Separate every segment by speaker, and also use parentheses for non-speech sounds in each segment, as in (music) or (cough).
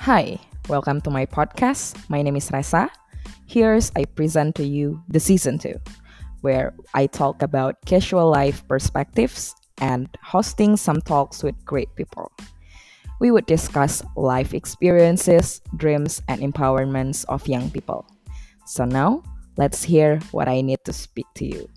Speaker 1: Hi, welcome to my podcast. My name is Resa. Here's I present to you the season 2 where I talk about casual life perspectives and hosting some talks with great people. We would discuss life experiences, dreams and empowerments of young people. So now, let's hear what I need to speak to you.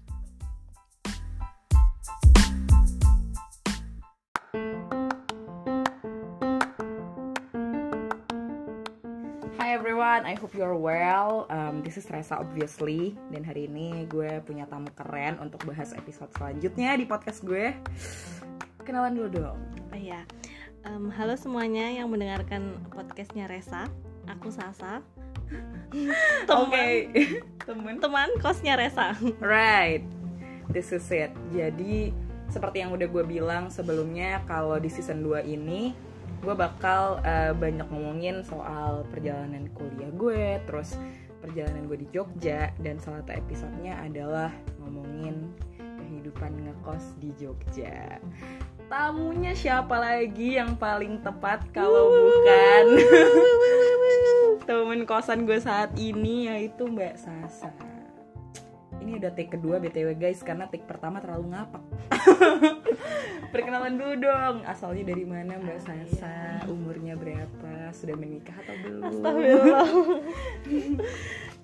Speaker 1: Hai everyone, I hope you're well. Um, this is Resa obviously dan hari ini gue punya tamu keren untuk bahas episode selanjutnya di podcast gue. Kenalan dulu dong.
Speaker 2: Oh iya. Em, halo semuanya yang mendengarkan podcastnya Resa. Aku Sasa. teman
Speaker 1: temen.
Speaker 2: teman kosnya Resa.
Speaker 1: Right, this is it. Jadi seperti yang udah gue bilang sebelumnya, kalau di season 2 ini gue bakal eh, banyak ngomongin soal perjalanan kuliah gue, terus perjalanan gue di Jogja dan salah satu episodenya adalah ngomongin kehidupan ngekos di Jogja. Tamunya siapa lagi yang paling tepat kalau (laughs) bukan temen kosan gue saat ini yaitu Mbak Sasa. Ini udah take kedua BTW guys karena take pertama terlalu ngapak. (laughs) Perkenalan dulu dong, asalnya dari mana Mbak Sasa, umurnya berapa, sudah menikah atau belum?
Speaker 2: Astagfirullah.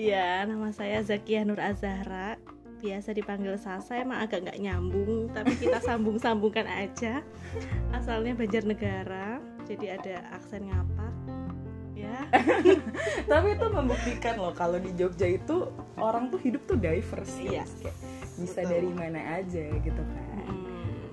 Speaker 2: Iya, nama saya Zakia Nur Azahra. Biasa dipanggil Sasa, emang agak nggak nyambung, tapi kita sambung-sambungkan aja. Asalnya Banjarnegara, jadi ada aksen ngapak. Ya,
Speaker 1: Tapi itu membuktikan loh kalau di Jogja itu orang tuh hidup tuh diverse
Speaker 2: Iya.
Speaker 1: guys. Kayak bisa
Speaker 2: Betul.
Speaker 1: dari mana aja gitu kan.
Speaker 2: Hmm.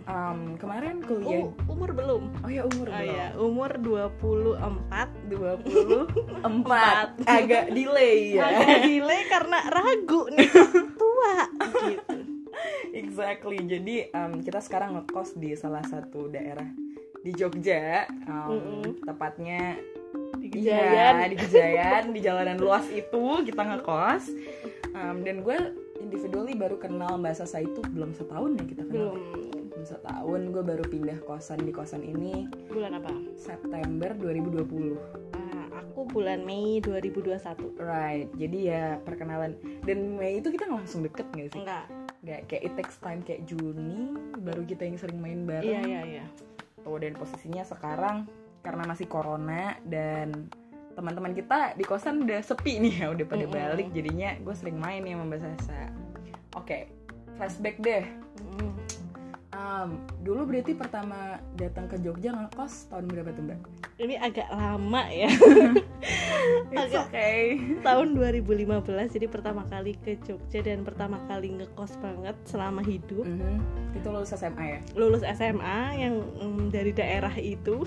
Speaker 1: Um, kemarin kuliah
Speaker 2: U- umur belum?
Speaker 1: Oh ya Iya. umur
Speaker 2: Oh
Speaker 1: belum?
Speaker 2: iya, umur 24
Speaker 1: 24
Speaker 2: Empat.
Speaker 1: agak delay ya.
Speaker 2: agak delay karena ragu (laughs) nih tua gitu.
Speaker 1: Exactly. Jadi um, kita sekarang ngekos di salah satu daerah di Jogja, um,
Speaker 2: Mm-mm.
Speaker 1: tepatnya
Speaker 2: Di
Speaker 1: Iya, di Gejayan, di jalanan luas itu kita ngekos. Um, dan gue individually baru kenal Mbak Sasa itu belum setahun ya kita kenal.
Speaker 2: Belum
Speaker 1: Belum setahun, gue baru pindah kosan di kosan ini
Speaker 2: bulan apa?
Speaker 1: September 2020.
Speaker 2: Ah, aku bulan Mei 2021.
Speaker 1: Right, jadi ya perkenalan. Dan Mei itu kita langsung deket gak sih?
Speaker 2: Enggak.
Speaker 1: Gak, kayak it takes time kayak Juni baru kita yang sering main bareng.
Speaker 2: Iya, iya, iya.
Speaker 1: Tuh, dan posisinya sekarang karena masih corona dan teman-teman kita di kosan udah sepi nih ya udah pada
Speaker 2: Mm-mm.
Speaker 1: balik jadinya gue sering main nih sama Mbak Sasa. Oke, flashback deh.
Speaker 2: Mm.
Speaker 1: Um, dulu berarti pertama datang ke Jogja ngekos tahun berapa tuh Mbak?
Speaker 2: Ini agak lama (laughs) ya.
Speaker 1: It's
Speaker 2: Agak.
Speaker 1: okay.
Speaker 2: Tahun 2015 jadi pertama kali ke Jogja dan pertama kali ngekos banget selama hidup.
Speaker 1: Mhm. Itu lulus SMA ya?
Speaker 2: Lulus SMA yang mm, dari daerah (laughs) itu,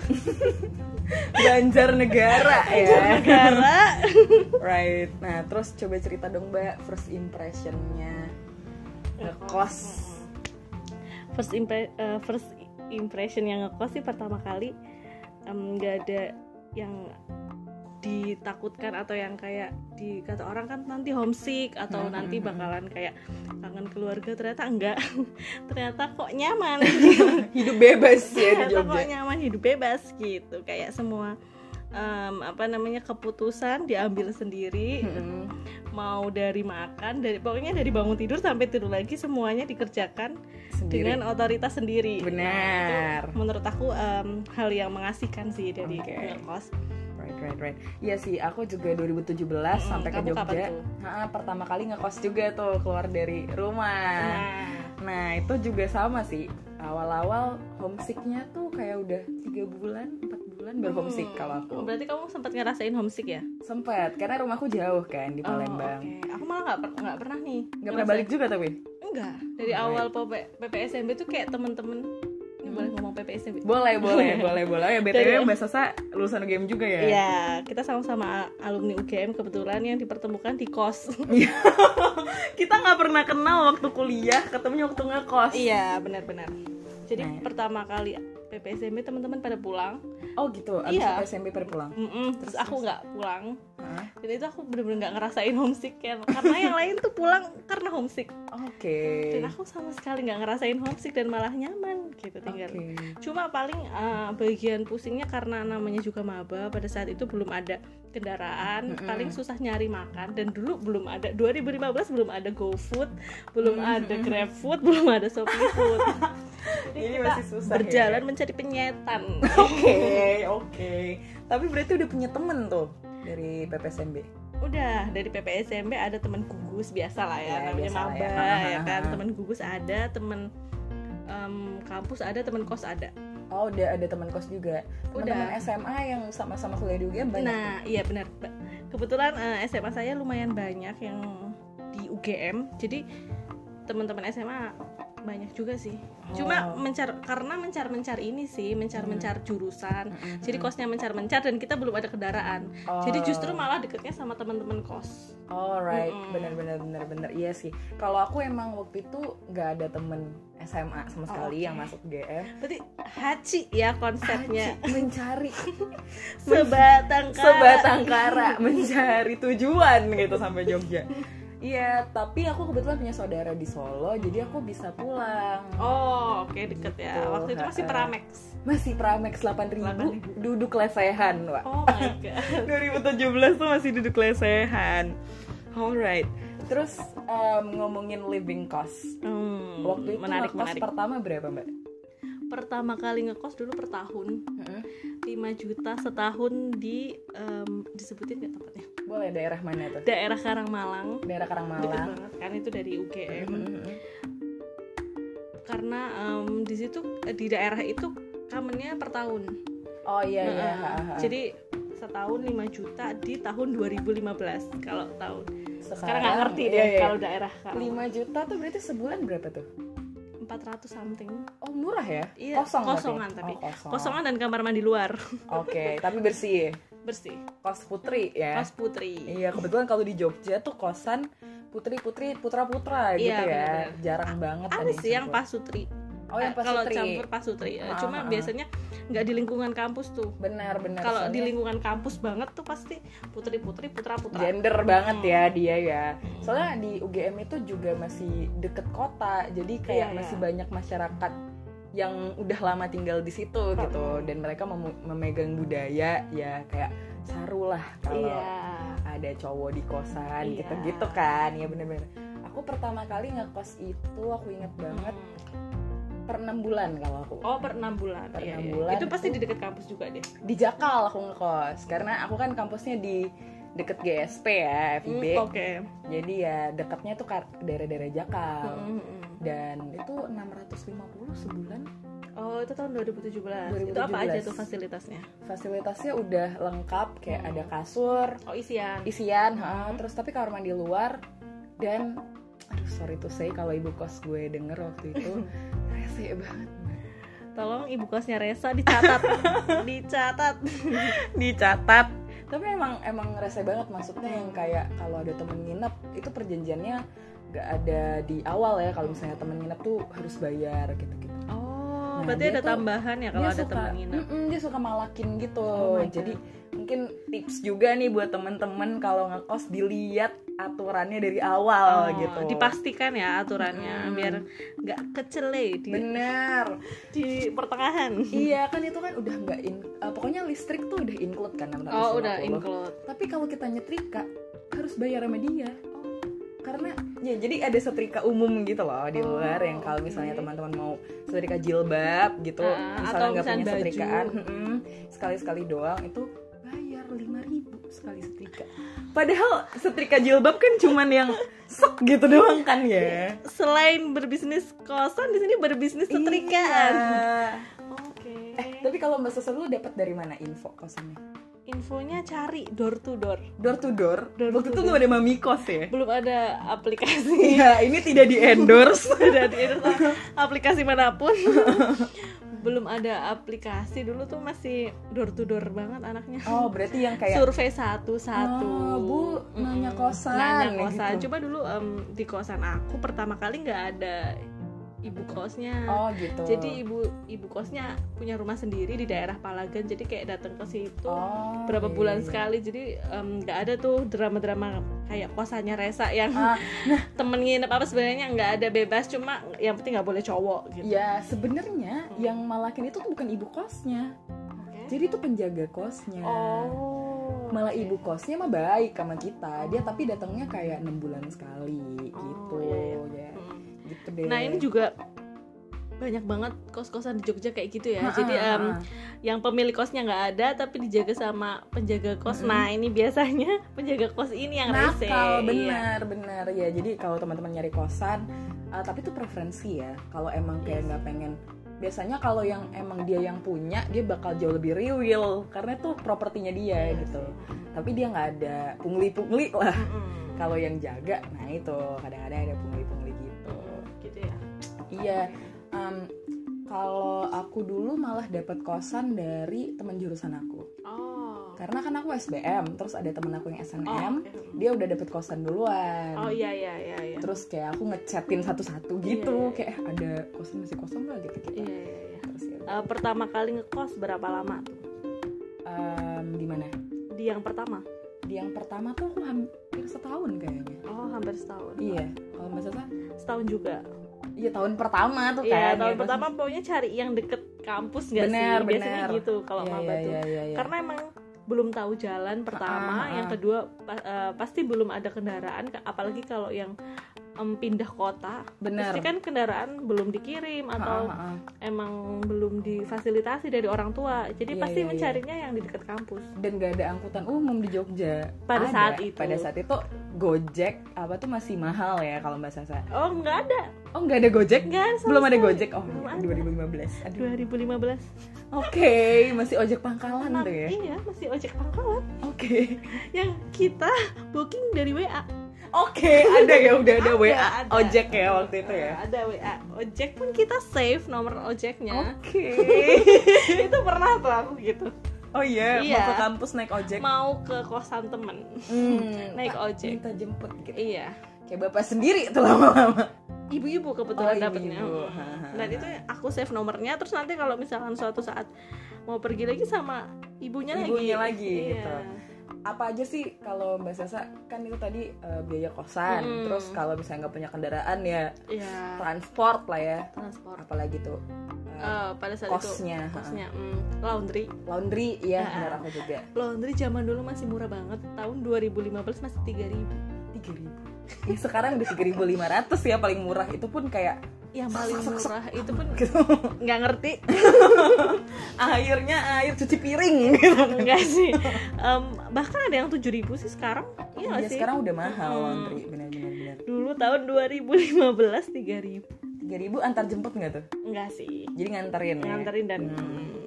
Speaker 1: (laughs) Banjarnegara ya.
Speaker 2: negara
Speaker 1: Right. Nah, terus coba cerita dong Mbak first impressionnya ngekos.
Speaker 2: first impre- eh, first impression yang ngekos sih pertama kali em, nggak ada yang ditakutkan atau yang kayak dikata orang kan nanti homesick atau
Speaker 1: Hmm,
Speaker 2: nanti
Speaker 1: hmm, hmm.
Speaker 2: bakalan kayak kangen keluarga ternyata enggak (laughs) ternyata kok nyaman
Speaker 1: Hidup bebas
Speaker 2: (laughs)
Speaker 1: ya di
Speaker 2: ternyata
Speaker 1: Jogja.
Speaker 2: kok nyaman hidup bebas gitu kayak semua em, apa namanya keputusan diambil sendiri
Speaker 1: Mhm.
Speaker 2: mau dari makan dari pokoknya dari bangun tidur sampai tidur lagi semuanya dikerjakan
Speaker 1: Sendiri.
Speaker 2: dengan otoritas sendiri. Nah,
Speaker 1: Benar.
Speaker 2: itu menurut aku em, hal yang mengasihkan sih dari
Speaker 1: Oke.
Speaker 2: ngekos.
Speaker 1: Right, right, right. Iya sih, aku juga 2017
Speaker 2: Mm,
Speaker 1: sampai ke
Speaker 2: kamu kapan
Speaker 1: Jogja.
Speaker 2: tuh?
Speaker 1: Nah, pertama kali ngekos juga tuh keluar dari rumah.
Speaker 2: Nah,
Speaker 1: Nah, itu juga sama sih. Awal-awal homesicknya tuh kayak udah tiga bulan, empat bulan baru homesick
Speaker 2: hmm,
Speaker 1: kalau aku.
Speaker 2: Berarti kamu sempat ngerasain homesick ya?
Speaker 1: Sempet, karena rumahku jauh kan di
Speaker 2: Oh,
Speaker 1: Palembang.
Speaker 2: oke. Aku malah nggak per- nggak pernah nih.
Speaker 1: Nggak pernah balik Oh, juga tapi.
Speaker 2: ngerasain. Enggak. Dari
Speaker 1: Alright.
Speaker 2: awal PP- PPSMB tuh kayak temen-temen ini boleh ngomong PPSMB.
Speaker 1: Hmm. (laughs) Boleh, boleh, boleh, boleh. Ya BTW
Speaker 2: Dari-
Speaker 1: Mbak Sasa lulusan game juga ya?
Speaker 2: Iya, kita sama-sama a- alumni UGM kebetulan yang dipertemukan di
Speaker 1: (laughs)
Speaker 2: kos.
Speaker 1: Kita nggak pernah kenal waktu kuliah, ketemunya waktu ngekos.
Speaker 2: iya, benar-benar. Jadi
Speaker 1: Nah.
Speaker 2: pertama kali PPSMB teman-teman pada pulang
Speaker 1: Oh gitu, abis
Speaker 2: Iya.
Speaker 1: itu SMP pada pulang.
Speaker 2: Mm-mm, terus
Speaker 1: Terus,
Speaker 2: aku
Speaker 1: terus.
Speaker 2: nggak pulang
Speaker 1: Hah?
Speaker 2: dan itu aku bener-bener nggak ngerasain homesick ya karena yang lain tuh pulang karena homesick
Speaker 1: Oke.
Speaker 2: dan aku sama sekali nggak ngerasain homesick dan malah nyaman gitu tinggal
Speaker 1: Oke.
Speaker 2: cuma paling eh, bagian pusingnya karena namanya juga maba pada saat itu belum ada kendaraan
Speaker 1: Mm-mm.
Speaker 2: paling susah nyari makan dan dulu belum ada 2015 belum ada GoFood belum ada GrabFood belum ada ShopeeFood Jadi
Speaker 1: (laughs) Ini
Speaker 2: kita
Speaker 1: masih susah ya.
Speaker 2: berjalan mencari penyetan
Speaker 1: (laughs) Oke, oke. Tapi berarti udah punya temen tuh dari PPSMB.
Speaker 2: udah dari PPSMB ada teman gugus biasa lah ya
Speaker 1: Ya,
Speaker 2: namanya
Speaker 1: biasa lah
Speaker 2: maba
Speaker 1: (laughs) ya.
Speaker 2: ya,
Speaker 1: Ah,
Speaker 2: kan
Speaker 1: ah, ah.
Speaker 2: teman gugus ada teman em, kampus ada teman kos ada
Speaker 1: Oh, udah ada teman kos juga.
Speaker 2: Udah.
Speaker 1: Teman SMA yang sama-sama kuliah di UGM banyak.
Speaker 2: Nah, iya benar. Ba- Kebetulan eh, SMA saya lumayan banyak yang di UGM. Jadi teman-teman SMA banyak juga sih. Cuma
Speaker 1: Oh.
Speaker 2: mencar karena mencar-mencar ini sih,
Speaker 1: Hmm.
Speaker 2: mencar-mencar jurusan.
Speaker 1: Mm-mm.
Speaker 2: Jadi kosnya mencar-mencar dan kita belum ada kendaraan. Jadi
Speaker 1: Oh.
Speaker 2: justru malah deketnya sama teman-teman kos.
Speaker 1: Alright,
Speaker 2: Mm-mm.
Speaker 1: benar-benar benar-benar iya sih. Kalau aku emang waktu itu nggak ada temen SMA sama sekali
Speaker 2: oke.
Speaker 1: yang masuk GM.
Speaker 2: Berarti haci ya konsepnya.
Speaker 1: Aji, mencari
Speaker 2: Sebatang kara.
Speaker 1: sebatang kara, mencari tujuan gitu sampai Jogja. Iya, tapi aku kebetulan punya saudara di Solo, jadi aku bisa pulang.
Speaker 2: Oh, oke deket ya.
Speaker 1: Gitu,
Speaker 2: Waktu itu masih
Speaker 1: ha-ha.
Speaker 2: Pramex.
Speaker 1: Masih Pramex
Speaker 2: 8.000.
Speaker 1: 8000, duduk lesehan, Wak.
Speaker 2: Oh (laughs) my god.
Speaker 1: 2017 tuh masih duduk lesehan. Alright. Terus em, ngomongin living cost.
Speaker 2: Hmm,
Speaker 1: Waktu itu
Speaker 2: menarik,
Speaker 1: kos
Speaker 2: menarik.
Speaker 1: pertama berapa, Mbak?
Speaker 2: pertama kali ngekos dulu per tahun 5 juta setahun di em, disebutin nggak tempatnya
Speaker 1: Boleh daerah mana tuh?
Speaker 2: daerah Karangmalang deket
Speaker 1: Daerah Karangmalang.
Speaker 2: banget kan itu dari UGM
Speaker 1: Mm-mm.
Speaker 2: karena em, di situ eh, di daerah itu kamennya per tahun
Speaker 1: Oh iya iya.
Speaker 2: Nah,
Speaker 1: ha, ha.
Speaker 2: jadi setahun 5 juta di tahun 2015 kalau tahun sekarang nggak ngerti
Speaker 1: iya,
Speaker 2: deh
Speaker 1: iya.
Speaker 2: kalau daerah Karangmalang
Speaker 1: 5 juta tuh berarti sebulan berapa tuh?
Speaker 2: 400 something
Speaker 1: Oh murah ya?
Speaker 2: Iya,
Speaker 1: Kosong tapi?
Speaker 2: kosongan tapi.
Speaker 1: Oh, kosong.
Speaker 2: kosongan dan kamar mandi luar
Speaker 1: Oke, tapi bersih.
Speaker 2: bersih
Speaker 1: Kos putri ya.
Speaker 2: kos putri
Speaker 1: Iya, kebetulan kalau di Jogja tuh kosan putri-putri putra-putra gitu
Speaker 2: Iya,
Speaker 1: ya.
Speaker 2: benar-benar.
Speaker 1: Jarang banget
Speaker 2: ada sih yang pasutri
Speaker 1: Oh, yang pas
Speaker 2: kalau
Speaker 1: putri.
Speaker 2: campur pasutri ya.
Speaker 1: Ah, ah,
Speaker 2: cuma
Speaker 1: ah.
Speaker 2: biasanya nggak di lingkungan kampus tuh
Speaker 1: Benar, benar.
Speaker 2: kalau
Speaker 1: Soalnya
Speaker 2: di lingkungan kampus banget tuh pasti putri putri putra putra
Speaker 1: gender banget ya dia ya. Soalnya di UGM itu juga masih deket kota, jadi kayak
Speaker 2: Iya,
Speaker 1: masih
Speaker 2: iya.
Speaker 1: banyak masyarakat yang udah lama tinggal di situ gitu dan mereka memu- memegang budaya ya kayak saru lah kalau
Speaker 2: iya
Speaker 1: ada cowok di kosan
Speaker 2: Iya.
Speaker 1: gitu-gitu kan ya bener-bener aku pertama kali ngekos itu aku inget banget per enam bulan kalau aku
Speaker 2: oh per enam bulan
Speaker 1: Per
Speaker 2: iya,
Speaker 1: enam
Speaker 2: iya.
Speaker 1: bulan
Speaker 2: itu pasti
Speaker 1: tuh.
Speaker 2: di dekat kampus juga deh
Speaker 1: di Jakal aku ngekos karena aku kan kampusnya di deket GSP ya
Speaker 2: Hmm,
Speaker 1: FIB
Speaker 2: oke
Speaker 1: jadi ya dekatnya tuh kar- daerah-daerah Jakal
Speaker 2: Hmm, hmm, hmm.
Speaker 1: dan itu 650 sebulan
Speaker 2: oh itu tahun 2017. itu apa aja
Speaker 1: 2017.
Speaker 2: tuh fasilitasnya
Speaker 1: fasilitasnya udah lengkap kayak
Speaker 2: Hmm.
Speaker 1: ada kasur
Speaker 2: oh isian
Speaker 1: isian ha, terus tapi kamar mandi luar dan aduh sorry tuh saya kalau ibu kos gue denger waktu itu rese banget
Speaker 2: tolong ibu kosnya Resa
Speaker 1: (laughs)
Speaker 2: dicatat dicatat
Speaker 1: dicatat tapi emang emang rese banget maksudnya yang kayak kalau ada temen nginep itu perjanjiannya gak ada di awal ya kalau misalnya temen nginep tuh harus bayar gitu gitu
Speaker 2: oh
Speaker 1: Nah,
Speaker 2: berarti
Speaker 1: dia
Speaker 2: ada
Speaker 1: tuh-
Speaker 2: tambahan ya kalau ada teman nginep
Speaker 1: Mm-mm, dia suka malakin gitu
Speaker 2: Oh my God.
Speaker 1: jadi mungkin tips juga nih buat temen-temen kalau ngekos dilihat aturannya dari
Speaker 2: Oh,
Speaker 1: awal gitu
Speaker 2: dipastikan ya aturannya
Speaker 1: Mm-mm.
Speaker 2: biar nggak kecele di,
Speaker 1: bener
Speaker 2: (laughs) di pertengahan
Speaker 1: Iya kan itu kan udah nggak in, eh, pokoknya listrik tuh udah include kan 650.
Speaker 2: oh udah include
Speaker 1: Tapi kalau kita nyetrika harus bayar sama dia. Karena ya jadi ada setrika umum gitu loh di
Speaker 2: Oh,
Speaker 1: luar yang kalau misalnya
Speaker 2: oke.
Speaker 1: teman-teman mau setrika jilbab gitu,
Speaker 2: Ah,
Speaker 1: misalnya
Speaker 2: atau
Speaker 1: nggak punya
Speaker 2: misalnya baju.
Speaker 1: setrikaan, mm-mm, sekali-sekali doang itu bayar 5000 sekali setrika. Padahal setrika jilbab kan cuman yang sek gitu doang kan ya.
Speaker 2: selain berbisnis kosan di sini berbisnis setrikaan
Speaker 1: Iya.
Speaker 2: oke
Speaker 1: Eh, tapi kalau Mbak Susan lu dapat dari mana info kosannya?
Speaker 2: infonya cari door to door
Speaker 1: door to door.
Speaker 2: Door to
Speaker 1: Waktu itu
Speaker 2: door.
Speaker 1: lu ada mami kos ya.
Speaker 2: belum ada
Speaker 1: (laughs)
Speaker 2: aplikasi
Speaker 1: Iya, ini tidak di endorse.
Speaker 2: tidak ada aplikasi manapun (laughs) belum ada aplikasi dulu tuh masih door to door banget anaknya
Speaker 1: Oh, berarti yang kayak
Speaker 2: survei satu-satu.
Speaker 1: Oh, Bu, nanya
Speaker 2: Mm-mm.
Speaker 1: kosan,
Speaker 2: Nanya
Speaker 1: ya
Speaker 2: kosan.
Speaker 1: gitu.
Speaker 2: Coba dulu em, di kosan aku pertama kali nggak ada ibu kosnya
Speaker 1: oh gitu
Speaker 2: jadi ibu ibu kosnya punya rumah sendiri di daerah Palagan jadi kayak datang ke situ
Speaker 1: Oh,
Speaker 2: berapa
Speaker 1: iya,
Speaker 2: bulan
Speaker 1: iya.
Speaker 2: sekali jadi em, nggak ada tuh drama-drama kayak kosannya Resa yang
Speaker 1: Ah,
Speaker 2: (laughs) temen nginep apa sebenarnya nggak ada bebas cuma yang penting nggak boleh cowok gitu
Speaker 1: ya sebenarnya yang malakin itu tuh bukan ibu kosnya jadi itu penjaga kosnya
Speaker 2: oh
Speaker 1: malah
Speaker 2: oke.
Speaker 1: ibu kosnya mah baik sama kita dia tapi datangnya kayak enam bulan sekali gitu
Speaker 2: iya, iya.
Speaker 1: ya
Speaker 2: Mm.
Speaker 1: gitu deh
Speaker 2: nah ini juga banyak banget kos-kosan di Jogja kayak gitu ya
Speaker 1: Ah,
Speaker 2: jadi
Speaker 1: ah,
Speaker 2: em,
Speaker 1: ah.
Speaker 2: yang pemilik kosnya nggak ada tapi dijaga sama penjaga kos
Speaker 1: Mm-mm.
Speaker 2: nah ini biasanya (laughs) penjaga kos ini yang rese Iya.
Speaker 1: nakal benar benar ya jadi kalau teman-teman nyari kosan uh, tapi itu preferensi ya kalau emang kayak
Speaker 2: Yes.
Speaker 1: nggak pengen biasanya kalau yang emang dia yang punya dia bakal jauh lebih riwil karena itu propertinya dia gitu tapi dia nggak ada pungli-pungli lah (laughs)
Speaker 2: Mm-mm.
Speaker 1: kalau yang jaga nah itu kadang-kadang ada pungli-pungli gitu
Speaker 2: gitu ya
Speaker 1: iya um, kalau aku dulu malah dapat kosan dari teman jurusan aku
Speaker 2: oh
Speaker 1: karena kan aku SBM terus ada temen aku yang SNM
Speaker 2: oh,
Speaker 1: dia udah dapet kosan duluan
Speaker 2: oh iya iya iya iya
Speaker 1: terus kayak aku ngechatin satu-satu gitu
Speaker 2: Iya.
Speaker 1: kayak "Eh, ada kosan masih kosong nggak gitu gitu
Speaker 2: Iya, iya, iya.
Speaker 1: terus ya
Speaker 2: Eh, pertama kali ngekos berapa lama tuh
Speaker 1: em, di mana
Speaker 2: di yang pertama
Speaker 1: di yang pertama tuh aku hampir setahun kayaknya
Speaker 2: oh hampir setahun
Speaker 1: iya kalau mbak Sasa
Speaker 2: setahun juga
Speaker 1: iya tahun pertama tuh kan
Speaker 2: Iya, tahun
Speaker 1: ya,
Speaker 2: pertama pokoknya cari yang deket kampus gak
Speaker 1: Bener,
Speaker 2: sih? Biasanya
Speaker 1: bener.
Speaker 2: gitu kalau
Speaker 1: Iya,
Speaker 2: maba
Speaker 1: iya,
Speaker 2: tuh.
Speaker 1: iya, iya, iya.
Speaker 2: Karena emang belum tahu jalan
Speaker 1: Ah,
Speaker 2: pertama,
Speaker 1: ah,
Speaker 2: yang
Speaker 1: ah.
Speaker 2: kedua pa- eh, pasti belum ada kendaraan ka- apalagi kalau yang em, pindah kota.
Speaker 1: bener
Speaker 2: Pasti kan kendaraan belum dikirim
Speaker 1: Ah,
Speaker 2: atau
Speaker 1: ah, ah.
Speaker 2: emang belum difasilitasi dari orang tua. Jadi
Speaker 1: Iya,
Speaker 2: pasti
Speaker 1: iya, iya.
Speaker 2: mencarinya yang di dekat kampus.
Speaker 1: dan gak ada angkutan umum di Jogja
Speaker 2: Pada
Speaker 1: Ada.
Speaker 2: saat itu.
Speaker 1: pada saat itu gojek apa tuh masih mahal ya kalau mbak Sasa
Speaker 2: Oh, nggak ada.
Speaker 1: oh nggak ada gojek
Speaker 2: Nggak ada sama
Speaker 1: belum ada
Speaker 2: sekali.
Speaker 1: gojek oh
Speaker 2: Belum
Speaker 1: iya,
Speaker 2: ada.
Speaker 1: 2015 aduh
Speaker 2: 2015.
Speaker 1: oke masih ojek pangkalan
Speaker 2: Nah,
Speaker 1: tuh ya
Speaker 2: Iya, masih ojek pangkalan
Speaker 1: oke
Speaker 2: yang kita booking dari WA.
Speaker 1: Oke, ada ya udah ada, WA
Speaker 2: ada. Iya.
Speaker 1: ojek ya waktu itu ya.
Speaker 2: ada WA ojek pun kita save nomor ojeknya
Speaker 1: Oke.
Speaker 2: (laughs) itu pernah tuh aku gitu
Speaker 1: Oh iya,
Speaker 2: Iya.
Speaker 1: mau ke kampus naik ojek.
Speaker 2: mau ke kosan temen
Speaker 1: Hmm,
Speaker 2: naik
Speaker 1: Pak,
Speaker 2: ojek.
Speaker 1: Minta jemput gitu.
Speaker 2: iya
Speaker 1: Kayak bapak sendiri tuh lama-lama.
Speaker 2: ibu-ibu kebetulan
Speaker 1: Oh, ibu-ibu.
Speaker 2: dapetnya
Speaker 1: Ha, ha,
Speaker 2: dan
Speaker 1: ha.
Speaker 2: itu aku save nomornya terus nanti kalau misalkan suatu saat mau pergi lagi sama ibunya, lagi
Speaker 1: Ibunya lagi,
Speaker 2: Iya.
Speaker 1: gitu. Apa aja sih kalau Mbak Sasa kan itu tadi eh, biaya kosan,
Speaker 2: Hmm.
Speaker 1: terus kalau misalnya nggak punya kendaraan ya
Speaker 2: iya
Speaker 1: transport lah ya.
Speaker 2: transport
Speaker 1: Apalagi tuh eh,
Speaker 2: Eh, pada saat itu Ah,
Speaker 1: kosnya, ha.
Speaker 2: kosnya mm, laundry
Speaker 1: laundry ya
Speaker 2: Ha.
Speaker 1: benar aku juga.
Speaker 2: laundry zaman dulu masih murah banget tahun 2015 masih 3000
Speaker 1: 3000. Ya, sekarang udah 3.500 ya paling murah itu pun kayak
Speaker 2: yang paling murah itu pun
Speaker 1: (laughs) gitu.
Speaker 2: nggak ngerti
Speaker 1: airnya air cuci piring (laughs) gitu.
Speaker 2: enggak sih Em, bahkan ada yang 7000 sih sekarang iya nggak
Speaker 1: Iya
Speaker 2: sih
Speaker 1: sekarang udah mahal
Speaker 2: Mm-mm.
Speaker 1: laundry benar-benar benar.
Speaker 2: dulu tahun 2015 3000
Speaker 1: Tiga ribu antar jemput nggak tuh?
Speaker 2: enggak sih
Speaker 1: Jadi nganterin. ya?
Speaker 2: nganterin dan
Speaker 1: Hmm.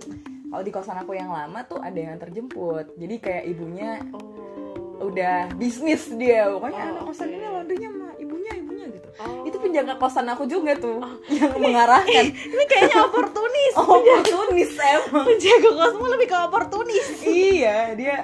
Speaker 1: Kalau di kosan aku yang lama tuh ada yang antar jemput. Jadi kayak ibunya
Speaker 2: oh
Speaker 1: udah bisnis dia. Pokoknya
Speaker 2: Oh,
Speaker 1: anak kosan
Speaker 2: oke.
Speaker 1: ini laundrynya sama ibunya ibunya gitu.
Speaker 2: Oh. Iya.
Speaker 1: Itu penjaga kosan aku juga tuh yang mengarahkan.
Speaker 2: (laughs) ini kayaknya oportunis (laughs)
Speaker 1: Oh, (laughs) tunis emang.
Speaker 2: penjaga kosmu lebih ke oportunis
Speaker 1: iya dia